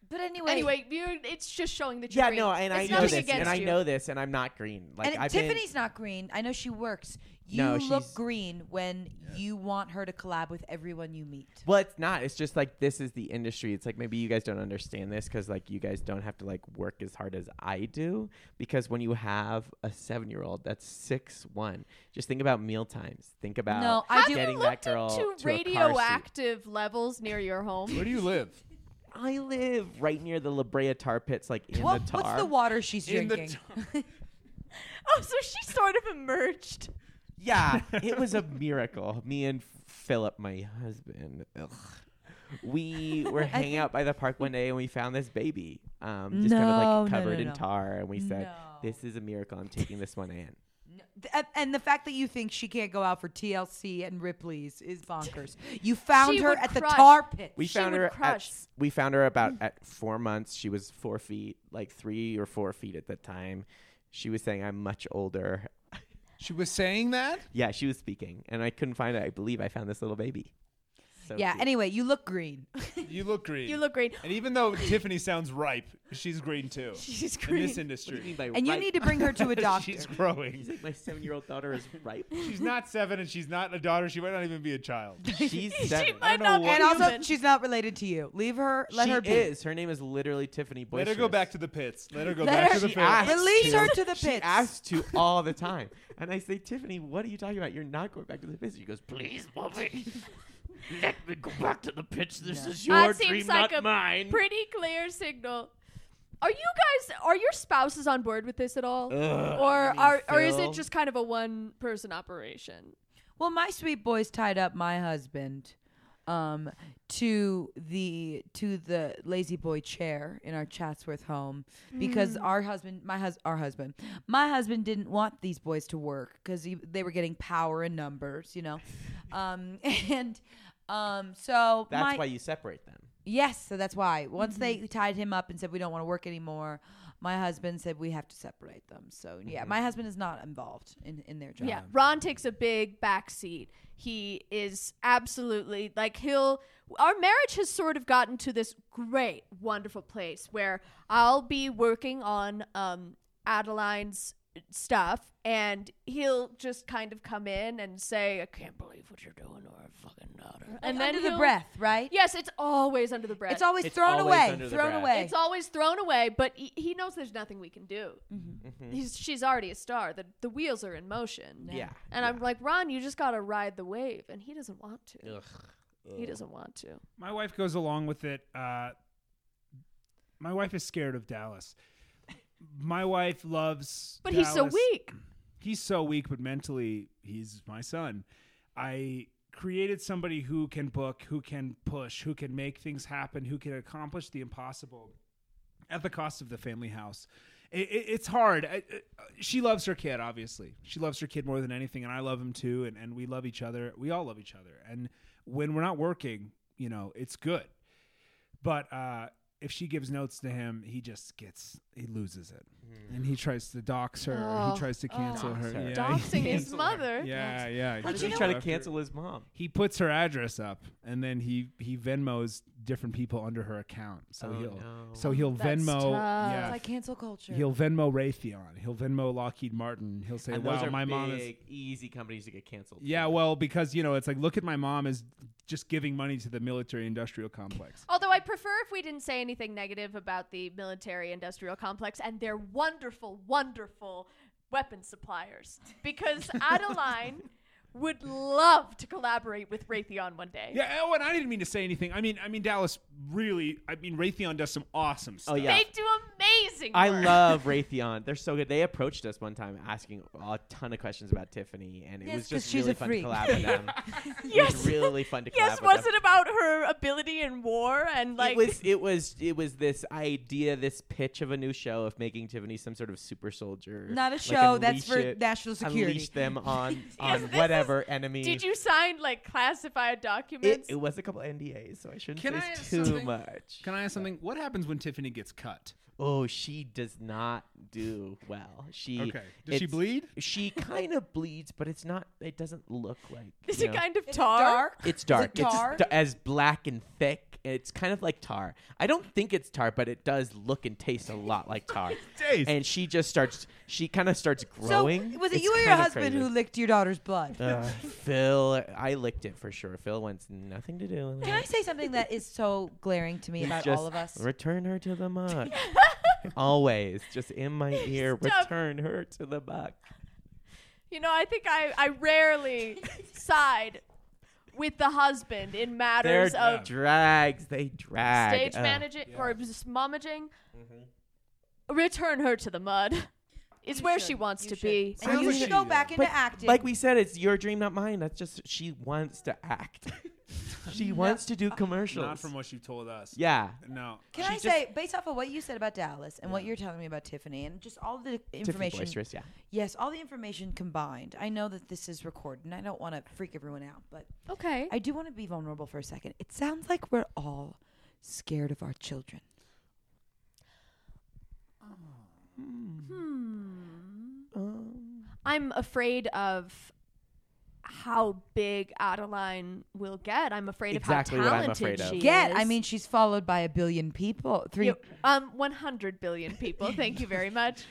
D: But anyway,
A: Anyway, you it's just showing that you're
C: yeah,
A: green.
C: no, and
A: it's
C: I know
A: nothing
C: this,
A: against
C: and I
A: you.
C: know this, and I'm not green. Like
D: and
C: I've
D: Tiffany's not green. I know she works. You
C: No,
D: look
C: she's-
D: green when you want her to collab with everyone you meet.
C: been. Well, it's not. It's just like this is the industry. It's like maybe you guys don't understand this because like you guys don't have to like work as hard as I do. Because when you have a seven year old that's six one, just think about meal times. Think about
D: No, I
A: Have
D: do-
A: you
C: getting that
A: looked
C: girl
A: into
C: to a car seat.
A: radioactive levels near your home?
C: *laughs*
E: Where do you live?
C: I live right near the La Brea tar pits, like in
D: What-
C: the tar.
D: what's the water she's
E: In the
D: drinking?
A: oh, so she sort of emerged.
C: Yeah, it
D: *laughs*
C: was a miracle. Me and Philip, my husband, ugh, we
D: *laughs*
C: were hanging out by the park one day and we found this baby, um, just kind
D: No,
C: of
D: no,
C: like covered
D: no, no.
C: in tar, and we said,
D: No.
C: "This is a miracle. I'm taking this one in."
D: Th- and- and the fact that you think she can't go out for TLC and Ripley's
C: *laughs*
D: is bonkers. You found
A: She
D: her
A: would
D: at the
A: crush.
D: tar pit.
C: We
A: She
C: found
A: would
C: her.
A: crush.
C: At, we found her about at four months. She was four feet, like three or four feet at the time. She was saying, "I'm much older."
E: She was saying that?
C: Yeah, she was speaking, and I couldn't find it. I believe I found this little baby. So
D: yeah.
C: cute.
D: Anyway, you look green.
E: You look green.
A: You look green.
E: And even though Tiffany sounds ripe, she's green too.
A: *laughs* She's
E: In this
A: green.
E: industry.
D: And you need to bring
C: *laughs*
D: her to a doctor.
E: *laughs* she's growing.
C: He's like, my seven-year-old daughter is ripe.
E: She's not seven and she's not a daughter. She might not even be a child.
C: *laughs* She's seven.
A: she might
E: know
A: not be
E: what-
D: and also,
A: human.
D: she's not related to you. Leave her. Let
C: she
D: her be.
C: is. Her name is literally Tiffany Boyce.
E: Let her go back to the pits. Let her go
D: Let
E: back
D: her-
E: to the
D: She
E: pits.
D: asked. Release her to the
C: she
D: pits.
C: asks *laughs* to all the time, and I say, Tiffany, what are you talking about? You're not going back to the pits. She goes, please, mommy, *laughs* let me go back to the pits. This is your
A: that
C: dream,
A: seems like
C: not
A: a
C: mine.
A: pretty clear signal. Are you guys? Are your spouses on board with this at all, or
C: mean,
A: are, or is
C: Phil.
A: it just kind of a one-person operation?
D: Well, my sweet boys tied up my husband um, to the to the lazy boy chair in our Chatsworth home
C: Mm.
D: because our husband, my hus, our husband, my husband didn't want these boys to work because they were getting power in numbers, you
C: *laughs*
D: know, um, *laughs* and um, so
C: That's
D: my,
C: why Mm-hmm. you separate them.
D: Yes, so that's why. Once they tied him up and said we don't want to work anymore, my husband said we have to separate them. So yeah,
C: Mm-hmm.
D: my husband is not involved in, in their job.
A: Yeah, Ron takes a big back seat. He is absolutely like he'll. Our marriage has sort of gotten to this great, wonderful place where I'll be working on um, Adeline's stuff, and he'll just kind of come in and say, "I can't believe what you're doing," or "I fucking daughter," and
D: under the
A: he'll-
D: breath, right?
A: Yes, it's always under the breath.
D: It's always
C: It's
D: thrown
C: always
D: away.
C: under the
D: Thrown
C: breath.
D: away.
A: It's always thrown away, but he, he knows there's nothing we can do.
D: Mm-hmm.
A: He's, she's already a star. The, the wheels are in motion.
C: Yeah.
A: And I'm like, Ron, you just got to ride the wave. And he doesn't want to.
C: Ugh.
A: He doesn't want to.
E: My wife goes along with it. Uh, my wife is scared of Dallas. My wife loves.
A: But he's so
E: Dallas.
A: weak.
E: He's so weak, but mentally, he's my son. I created somebody who can book, who can push, who can make things happen, who can accomplish the impossible at the cost of the family house. It, it, it's hard. I, I- she loves her kid, obviously. She loves her kid more than anything, and I love him too. And, and we love each other. We all love each other. And when we're not working, you know, it's good. But uh, if she gives notes to him, he just gets, he loses it. And he tries to dox her.
A: Oh,
E: he tries to cancel
A: oh.
E: her.
C: Dox her.
E: Yeah, *laughs*
C: *laughs*
A: Doxing
E: he-
A: his mother.
E: Yeah, yeah.
C: How
E: He
C: did
E: goes
C: he try to
E: after-
C: cancel his mom?
E: He puts her address up, and then he he Venmos different people under her account. So
C: Oh,
E: he'll
C: no.
E: so he'll
A: That's
E: Venmo.
A: tough.
E: Yeah,
D: It's like cancel culture.
E: he'll Venmo Raytheon. He'll Venmo Lockheed Martin. He'll say,
C: And those
E: "Wow,
C: are
E: my
C: big,
E: mom is."
C: easy companies to get canceled.
E: Yeah, well, because you know, it's like, look at my mom is just giving money to the military-industrial
A: *laughs*
E: complex.
A: Although I prefer if we didn't say anything negative about the military industrial complex and their
C: *laughs*
A: wonderful, wonderful weapon suppliers. Because Adeline would love to collaborate with Raytheon one day.
E: Yeah. Oh, and I didn't mean to say anything. I mean, I mean Dallas really. I mean Raytheon does some awesome stuff.
C: Oh, yeah.
A: They do amazing.
C: I
A: work.
C: love Raytheon. They're so good. They approached us one time asking a ton of questions about Tiffany, and it
D: Yes,
C: was
D: 'cause
C: just
D: she's
C: really
D: a
C: fun
D: freak.
C: to collab with them. It
A: Yes.
C: was really fun to collab
A: yes.
C: with
A: Was
C: them.
A: it about her ability in war and like?
C: it was it was it was this idea, this pitch of a new show of making Tiffany some sort of super soldier.
D: Not a
C: Like,
D: show.
C: unleash
D: that's for
C: it-
D: national security.
C: Unleash them on on
A: this is-
C: whatever enemy.
A: did you sign like classified
C: It,
A: documents?
C: it was a couple NDAs, so I shouldn't
E: Can I
C: say
E: ask
C: too
E: something?
C: much.
E: Can I ask something? What happens when Tiffany gets cut?
C: Oh, she does not do well. She
E: Okay. Does she
C: it's-
E: bleed?
C: She kind of bleeds, but it's not. It doesn't look like.
A: is
C: you
A: it
C: know.
A: kind of
D: Is it
A: tar?
D: dark?
C: It's dark.
D: Is it tar?
C: It's d- as black and thick. It's kind of like tar. I don't think it's tar, but it does look and taste a lot like
D: *laughs*
C: tar.
E: Days.
C: and she just starts. She kind of starts
D: so
C: growing.
D: was it
C: It's
D: you or your
C: kinda
D: husband
C: crazy.
D: who licked your daughter's blood?
C: Uh, Phil, I licked it for sure. Phil wants nothing to do with
D: Can I
C: it.
D: say something that is so glaring to me
C: He's
D: about
C: just,
D: all of us?
C: Return her to the
D: *laughs*
C: muck. Always, just in my ear.
A: Stop.
C: Return her to the muck.
A: You know, I think I, I
D: *laughs*
A: rarely side with the husband in
C: They're uh,
A: matters of
C: drags. They drag.
A: stage
C: Ugh.
A: managing or just momaging. Return her to the mud.
D: *laughs*
A: It's where she
D: should.
A: wants
D: Mm-hmm. You
A: to
D: should.
A: be.
D: And you
E: Sounds
D: should
E: like
D: go back into
C: But
D: acting.
C: Like we said, it's your dream, not mine. That's just she wants to act. she wants to do commercials.
E: Not from what you told us.
C: yeah.
E: No.
D: Can
C: She
D: I
C: just-
D: say, based off of what you said about Dallas and what you're telling me about Tiffany and just all the
C: Tiffany
D: information,
C: Boisterous, yeah.
D: yes, all the information combined. I know that this is recorded, and I don't want to freak everyone out, but
A: Okay.
D: I do want to be vulnerable for a second. It sounds like we're all scared of our children.
A: I'm afraid of how big Adeline will get. I'm afraid
C: Exactly
A: of
C: what
A: how
C: I'm afraid
A: talented
C: of.
A: she
D: Yet,
A: is.
D: I mean, she's followed by a billion people. Three.
A: You- um, 100 billion people. Thank you
D: *laughs*
A: very much.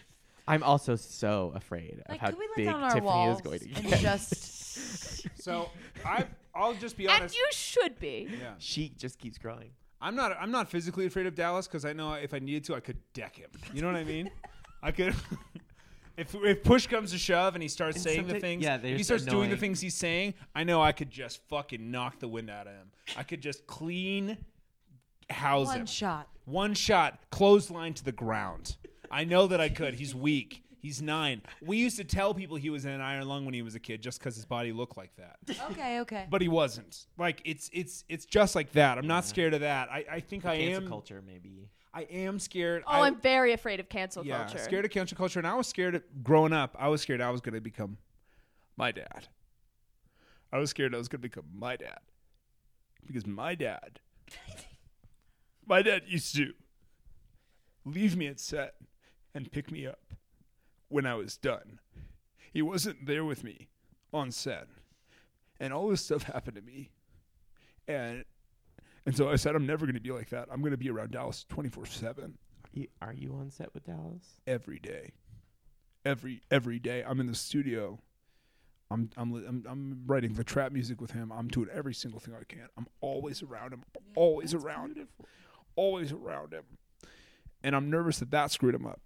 C: I'm also so afraid of
D: like,
C: how
D: could we
C: big
D: look down our
C: Tiffany
D: walls
C: is going to
D: and
C: get.
D: just?
C: *laughs*
E: So I I'll just be
A: And
E: honest.
A: you
C: *laughs*
A: should be.
E: yeah.
C: she just keeps growing.
E: I'm not I'm not physically afraid of Dallas because I know if I needed to I could deck him. You know what I mean? I could. *laughs* If, if push comes to shove and he starts
C: And
E: saying the
C: someti-
E: things,
C: yeah,
E: if
C: they're
E: he
C: just
E: starts doing the
C: annoying.
E: things he's saying, I know I could just fucking knock the wind out of him. I could just clean house
D: One
E: him.
D: shot.
E: One shot, clothesline to the ground. I know that I could. He's weak. He's nine. We used to tell people he was in an iron lung when he was a kid just because his body looked like that.
D: Okay, okay.
E: But he wasn't. Like it's it's it's just like that. I'm not scared of that. I, I think I
C: Cancel
E: am
C: culture, maybe.
E: I am scared.
A: Oh,
E: I,
A: I'm very afraid of cancel
E: yeah,
A: culture.
E: scared of cancel culture, and I was scared of growing up. I was scared I was going to become my dad. I was scared I was going to become my dad because my
A: *laughs*
E: dad, my dad used to leave me at set and pick me up when I was done. He wasn't there with me on set, and all this stuff happened to me, and and so I said I'm never going to be like that. I'm going to be around Dallas twenty four seven
C: You- Are you on set with Dallas?
E: every day. Every every day, I'm in the studio. I'm I'm li- I'm, I'm writing the trap music with him. I'm doing every single thing I can. I'm always around him. Always around him. Always around him. And I'm nervous that that screwed him up.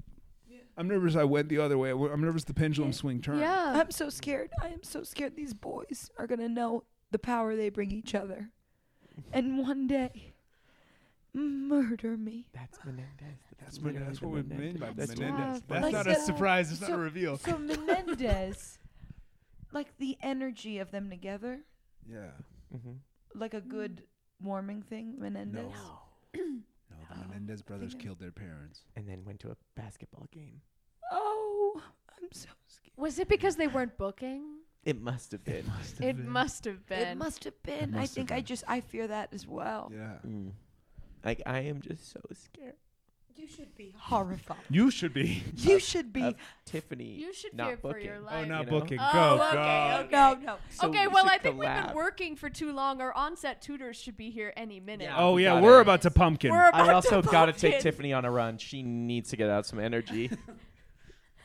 E: I'm nervous I went the other way. I w- I'm nervous the pendulum swing turned.
A: Yeah.
D: I'm so scared. I am so scared these boys are going to know the power they bring each other. And one day, murder me.
C: That's Menendez.
E: That's, what- that's what we mean by
C: That's
E: Menendez.
A: Wow.
E: That's
A: Like
E: not
A: the-
E: a surprise. It's
D: so-
E: not a reveal.
C: *laughs*
D: So Menendez, like the energy of them together,
E: Yeah.
C: hmm
D: like a good
C: Mm.
D: warming thing, Menendez.
E: *clears throat* No, the Menendez brothers killed their parents.
C: And then went to a basketball game.
D: Oh, I'm so scared.
A: Was it because they weren't booking?
C: It must have been.
A: It must have been.
D: It must have been. I
E: must have
D: think I
E: been.
D: just I fear that as well.
E: Yeah.
C: Mm. Like I am just so scared.
D: You should be horrified.
E: You should be.
D: you should be.
C: of Tiffany.
A: You should
C: not
A: fear for
C: booking.
A: your life.
E: not
C: You know?
E: booking.
A: Oh,
E: Go,
A: okay,
E: go.
A: okay.
D: No, no.
C: So
A: okay,
C: we
A: well,
C: should
A: I think we've
C: collab.
A: been working for too long. Our onset tutors should be here any minute.
C: Yeah.
E: Oh
C: We
E: yeah,
C: got
E: we're
C: it.
E: about to pumpkin.
A: We're about
C: I also
A: to
C: got to
A: pop
C: take
A: in.
C: Tiffany on a run. She needs to get out some energy.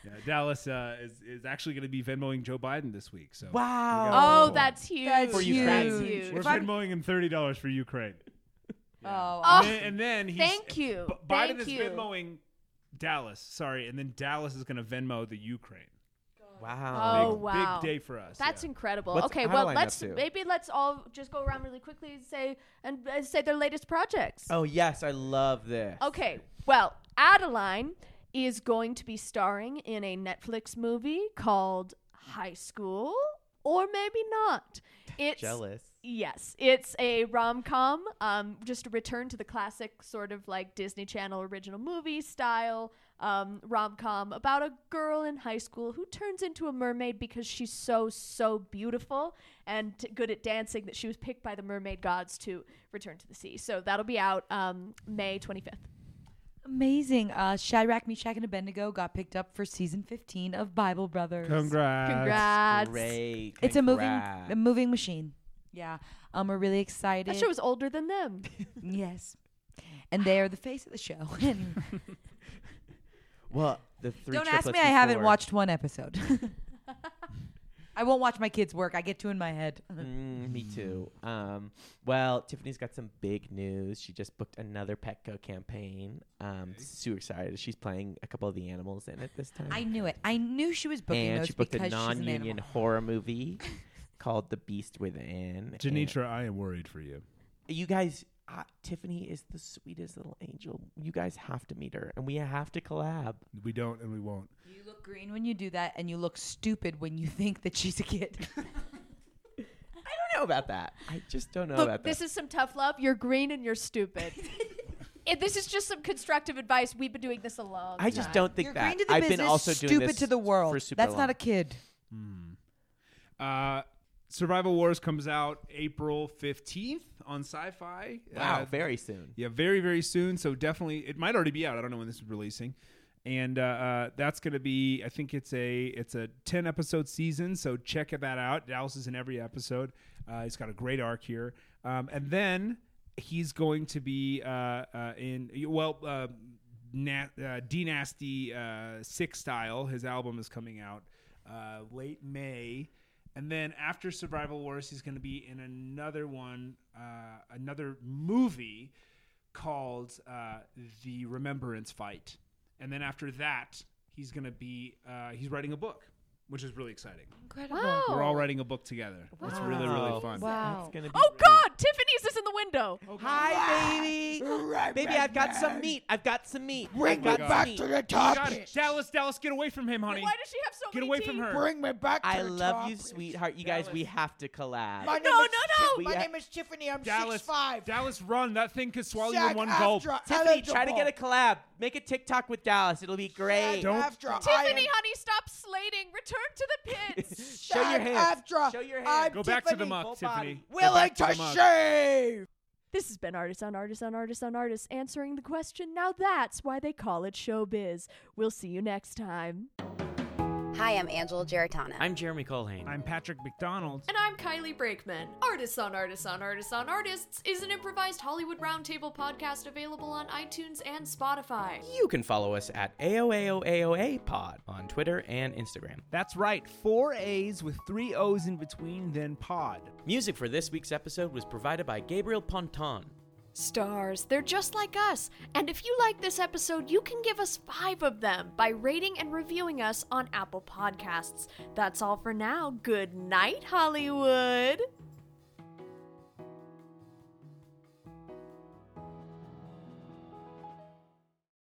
E: Yeah, Dallas uh, is is actually going to be Venmoing Joe Biden this week. So
C: wow.
A: Oh, that's huge.
D: That's
A: That's
C: huge.
A: huge.
E: we're
D: If I'm-
E: Venmoing him thirty dollars for Ukraine.
D: Oh,
A: Oh,
E: and, then, and then he's,
A: Thank you.
E: B- Biden
A: Thank
E: is
A: you.
E: Venmoing Dallas. Sorry, and then Dallas is going to Venmo the Ukraine.
C: Wow.
A: Oh,
E: big,
A: wow.
E: Big day for us.
A: That's
E: yeah.
A: incredible.
C: What's-
A: okay,
C: how do
A: well
C: I not
A: let's
C: do?
A: maybe let's all just go around really quickly and say and uh, say their latest projects.
C: Oh yes, I love this.
A: Okay, well Adeline is going to be starring in a Netflix movie called High School, or maybe not. It's
C: Jealous.
A: Yes, it's a rom com. Um, just a return to the classic sort of like Disney Channel original movie style um, rom com about a girl in high school who turns into a mermaid because she's so so beautiful and t- good at dancing that she was picked by the mermaid gods to return to the sea. So that'll be out um, May twenty fifth.
D: Amazing. Uh, Shadrach, Meshach, and Abednego got picked up for season 15 of Bible Brothers.
E: Congrats.
A: Congrats!
C: Great.
D: It's a moving,
C: Congrats.
D: a moving machine. Yeah. Um, we're really excited.
A: That show was older than them.
D: yes. And they are the face of the show. *laughs* And
C: Well, the three.
D: don't ask me.
C: triplets
D: I haven't
C: before-
D: watched one episode. *laughs* I won't watch my kids work. I get two in my
C: *laughs*
D: head.
C: Mm, me too. Um, well, Tiffany's got some big news. She just booked another Petco campaign. Um, Super excited. She's playing a couple of the animals in it this time.
D: I knew it. I knew she was booking
C: and
D: those
C: she booked a
D: because she's an
C: non-union
D: animal.
C: horror movie *laughs* called The Beast Within. And
E: Janitra, I am worried for you.
C: you guys, uh, Tiffany is the sweetest little angel. You guys have to meet her, and we have to collab.
E: We don't and we won't.
D: You look green when you do that, and you look stupid when you *laughs* think that she's a kid.
C: I don't know about that. I just don't know
A: Look,
C: about
A: this
C: that.
A: is some tough love. You're green and you're *laughs* stupid. If this is just some constructive advice. We've been doing this a long
C: I just
A: time.
C: don't think
D: You're
C: that.
D: green to the
C: I've
D: business,
C: been also
D: stupid
C: doing this
D: to the world.
C: For super
D: That's
C: long.
D: not a kid.
E: Uh, Survival Wars comes out April 15th on Uh, sci fi.
C: Wow, very soon.
E: Yeah, very, very soon. So definitely, it might already be out. I don't know when this is releasing. And uh, uh, that's going to be, I think it's a it's a ten episode season. So check that out. Dallas is in every episode. Uh, he's got a great arc here. Um, and then he's going to be uh, uh, in well, uh, Na- uh, D Nasty uh, Six Style. His album is coming out uh, late May. And then after Survival Wars, he's going to be in another one, uh, another movie called uh, The Remembrance Fight. And then after that, he's going to be, uh, he's writing a book, which is really exciting.
D: Incredible.
A: Wow.
E: We're all writing a book together. It's really, really
C: Wow.
E: fun.
D: Wow.
C: It's gonna be
A: Oh God, Tiffany's is in the window.
C: Oh, Hi, baby. baby, I've got some meat. I've got some meat. Bring
B: Get back to the top.
E: God, Dallas, Dallas, get away from him, honey.
A: Why does she have so
E: Get
A: many
E: away
A: teeth?
E: from her.
B: Bring me back to
C: I
B: the
C: love
B: top.
C: you, sweetheart. You guys, we have to collab.
B: My name
A: No,
B: is
A: no,
B: Ti-
A: no.
C: We
B: My
C: ha-
B: name is Tiffany. I'm
E: Dallas,
B: 6'5".
E: Dallas, run. That thing could swallow you in one gulp.
B: SAG-AFTRA
C: Tiffany, try to
B: eligible.
C: get a collab. Make a TikTok with Dallas. It'll be great.
E: Don't-
B: SAG-AFTRA, I
A: Tiffany,
B: am-
A: honey, stop slating. Return to
B: *laughs*
A: the pits.
C: Show your hands.
B: SAG-AFTRA,
C: Show your
B: I'm
C: hands.
E: Go back to the
B: Tiffany,
E: muck,
C: full
E: Tiffany.
C: body.
E: Go
B: willing
E: back
B: to
E: the muck.
B: shave.
A: this has been Artists on Artists on Artists on Artists answering the question. Now that's why they call it showbiz. We'll see you next time.
G: Hi, I'm Angela Geritana.
H: I'm Jeremy Colhane.
E: I'm Patrick McDonald.
A: And I'm Kylie Brakeman. Artists on Artists on Artists on Artists is an improvised Hollywood roundtable podcast available on iTunes and Spotify.
H: you can follow us at AOAOAOA Pod on Twitter and Instagram.
E: That's right, four A's with three O's in between, then pod.
H: Music for this week's episode was provided by Gabriel Ponton.
A: Stars, they're just like us. And if you like this episode, you can give us five of them by rating and reviewing us on Apple Podcasts. That's all for now. Good night, Hollywood.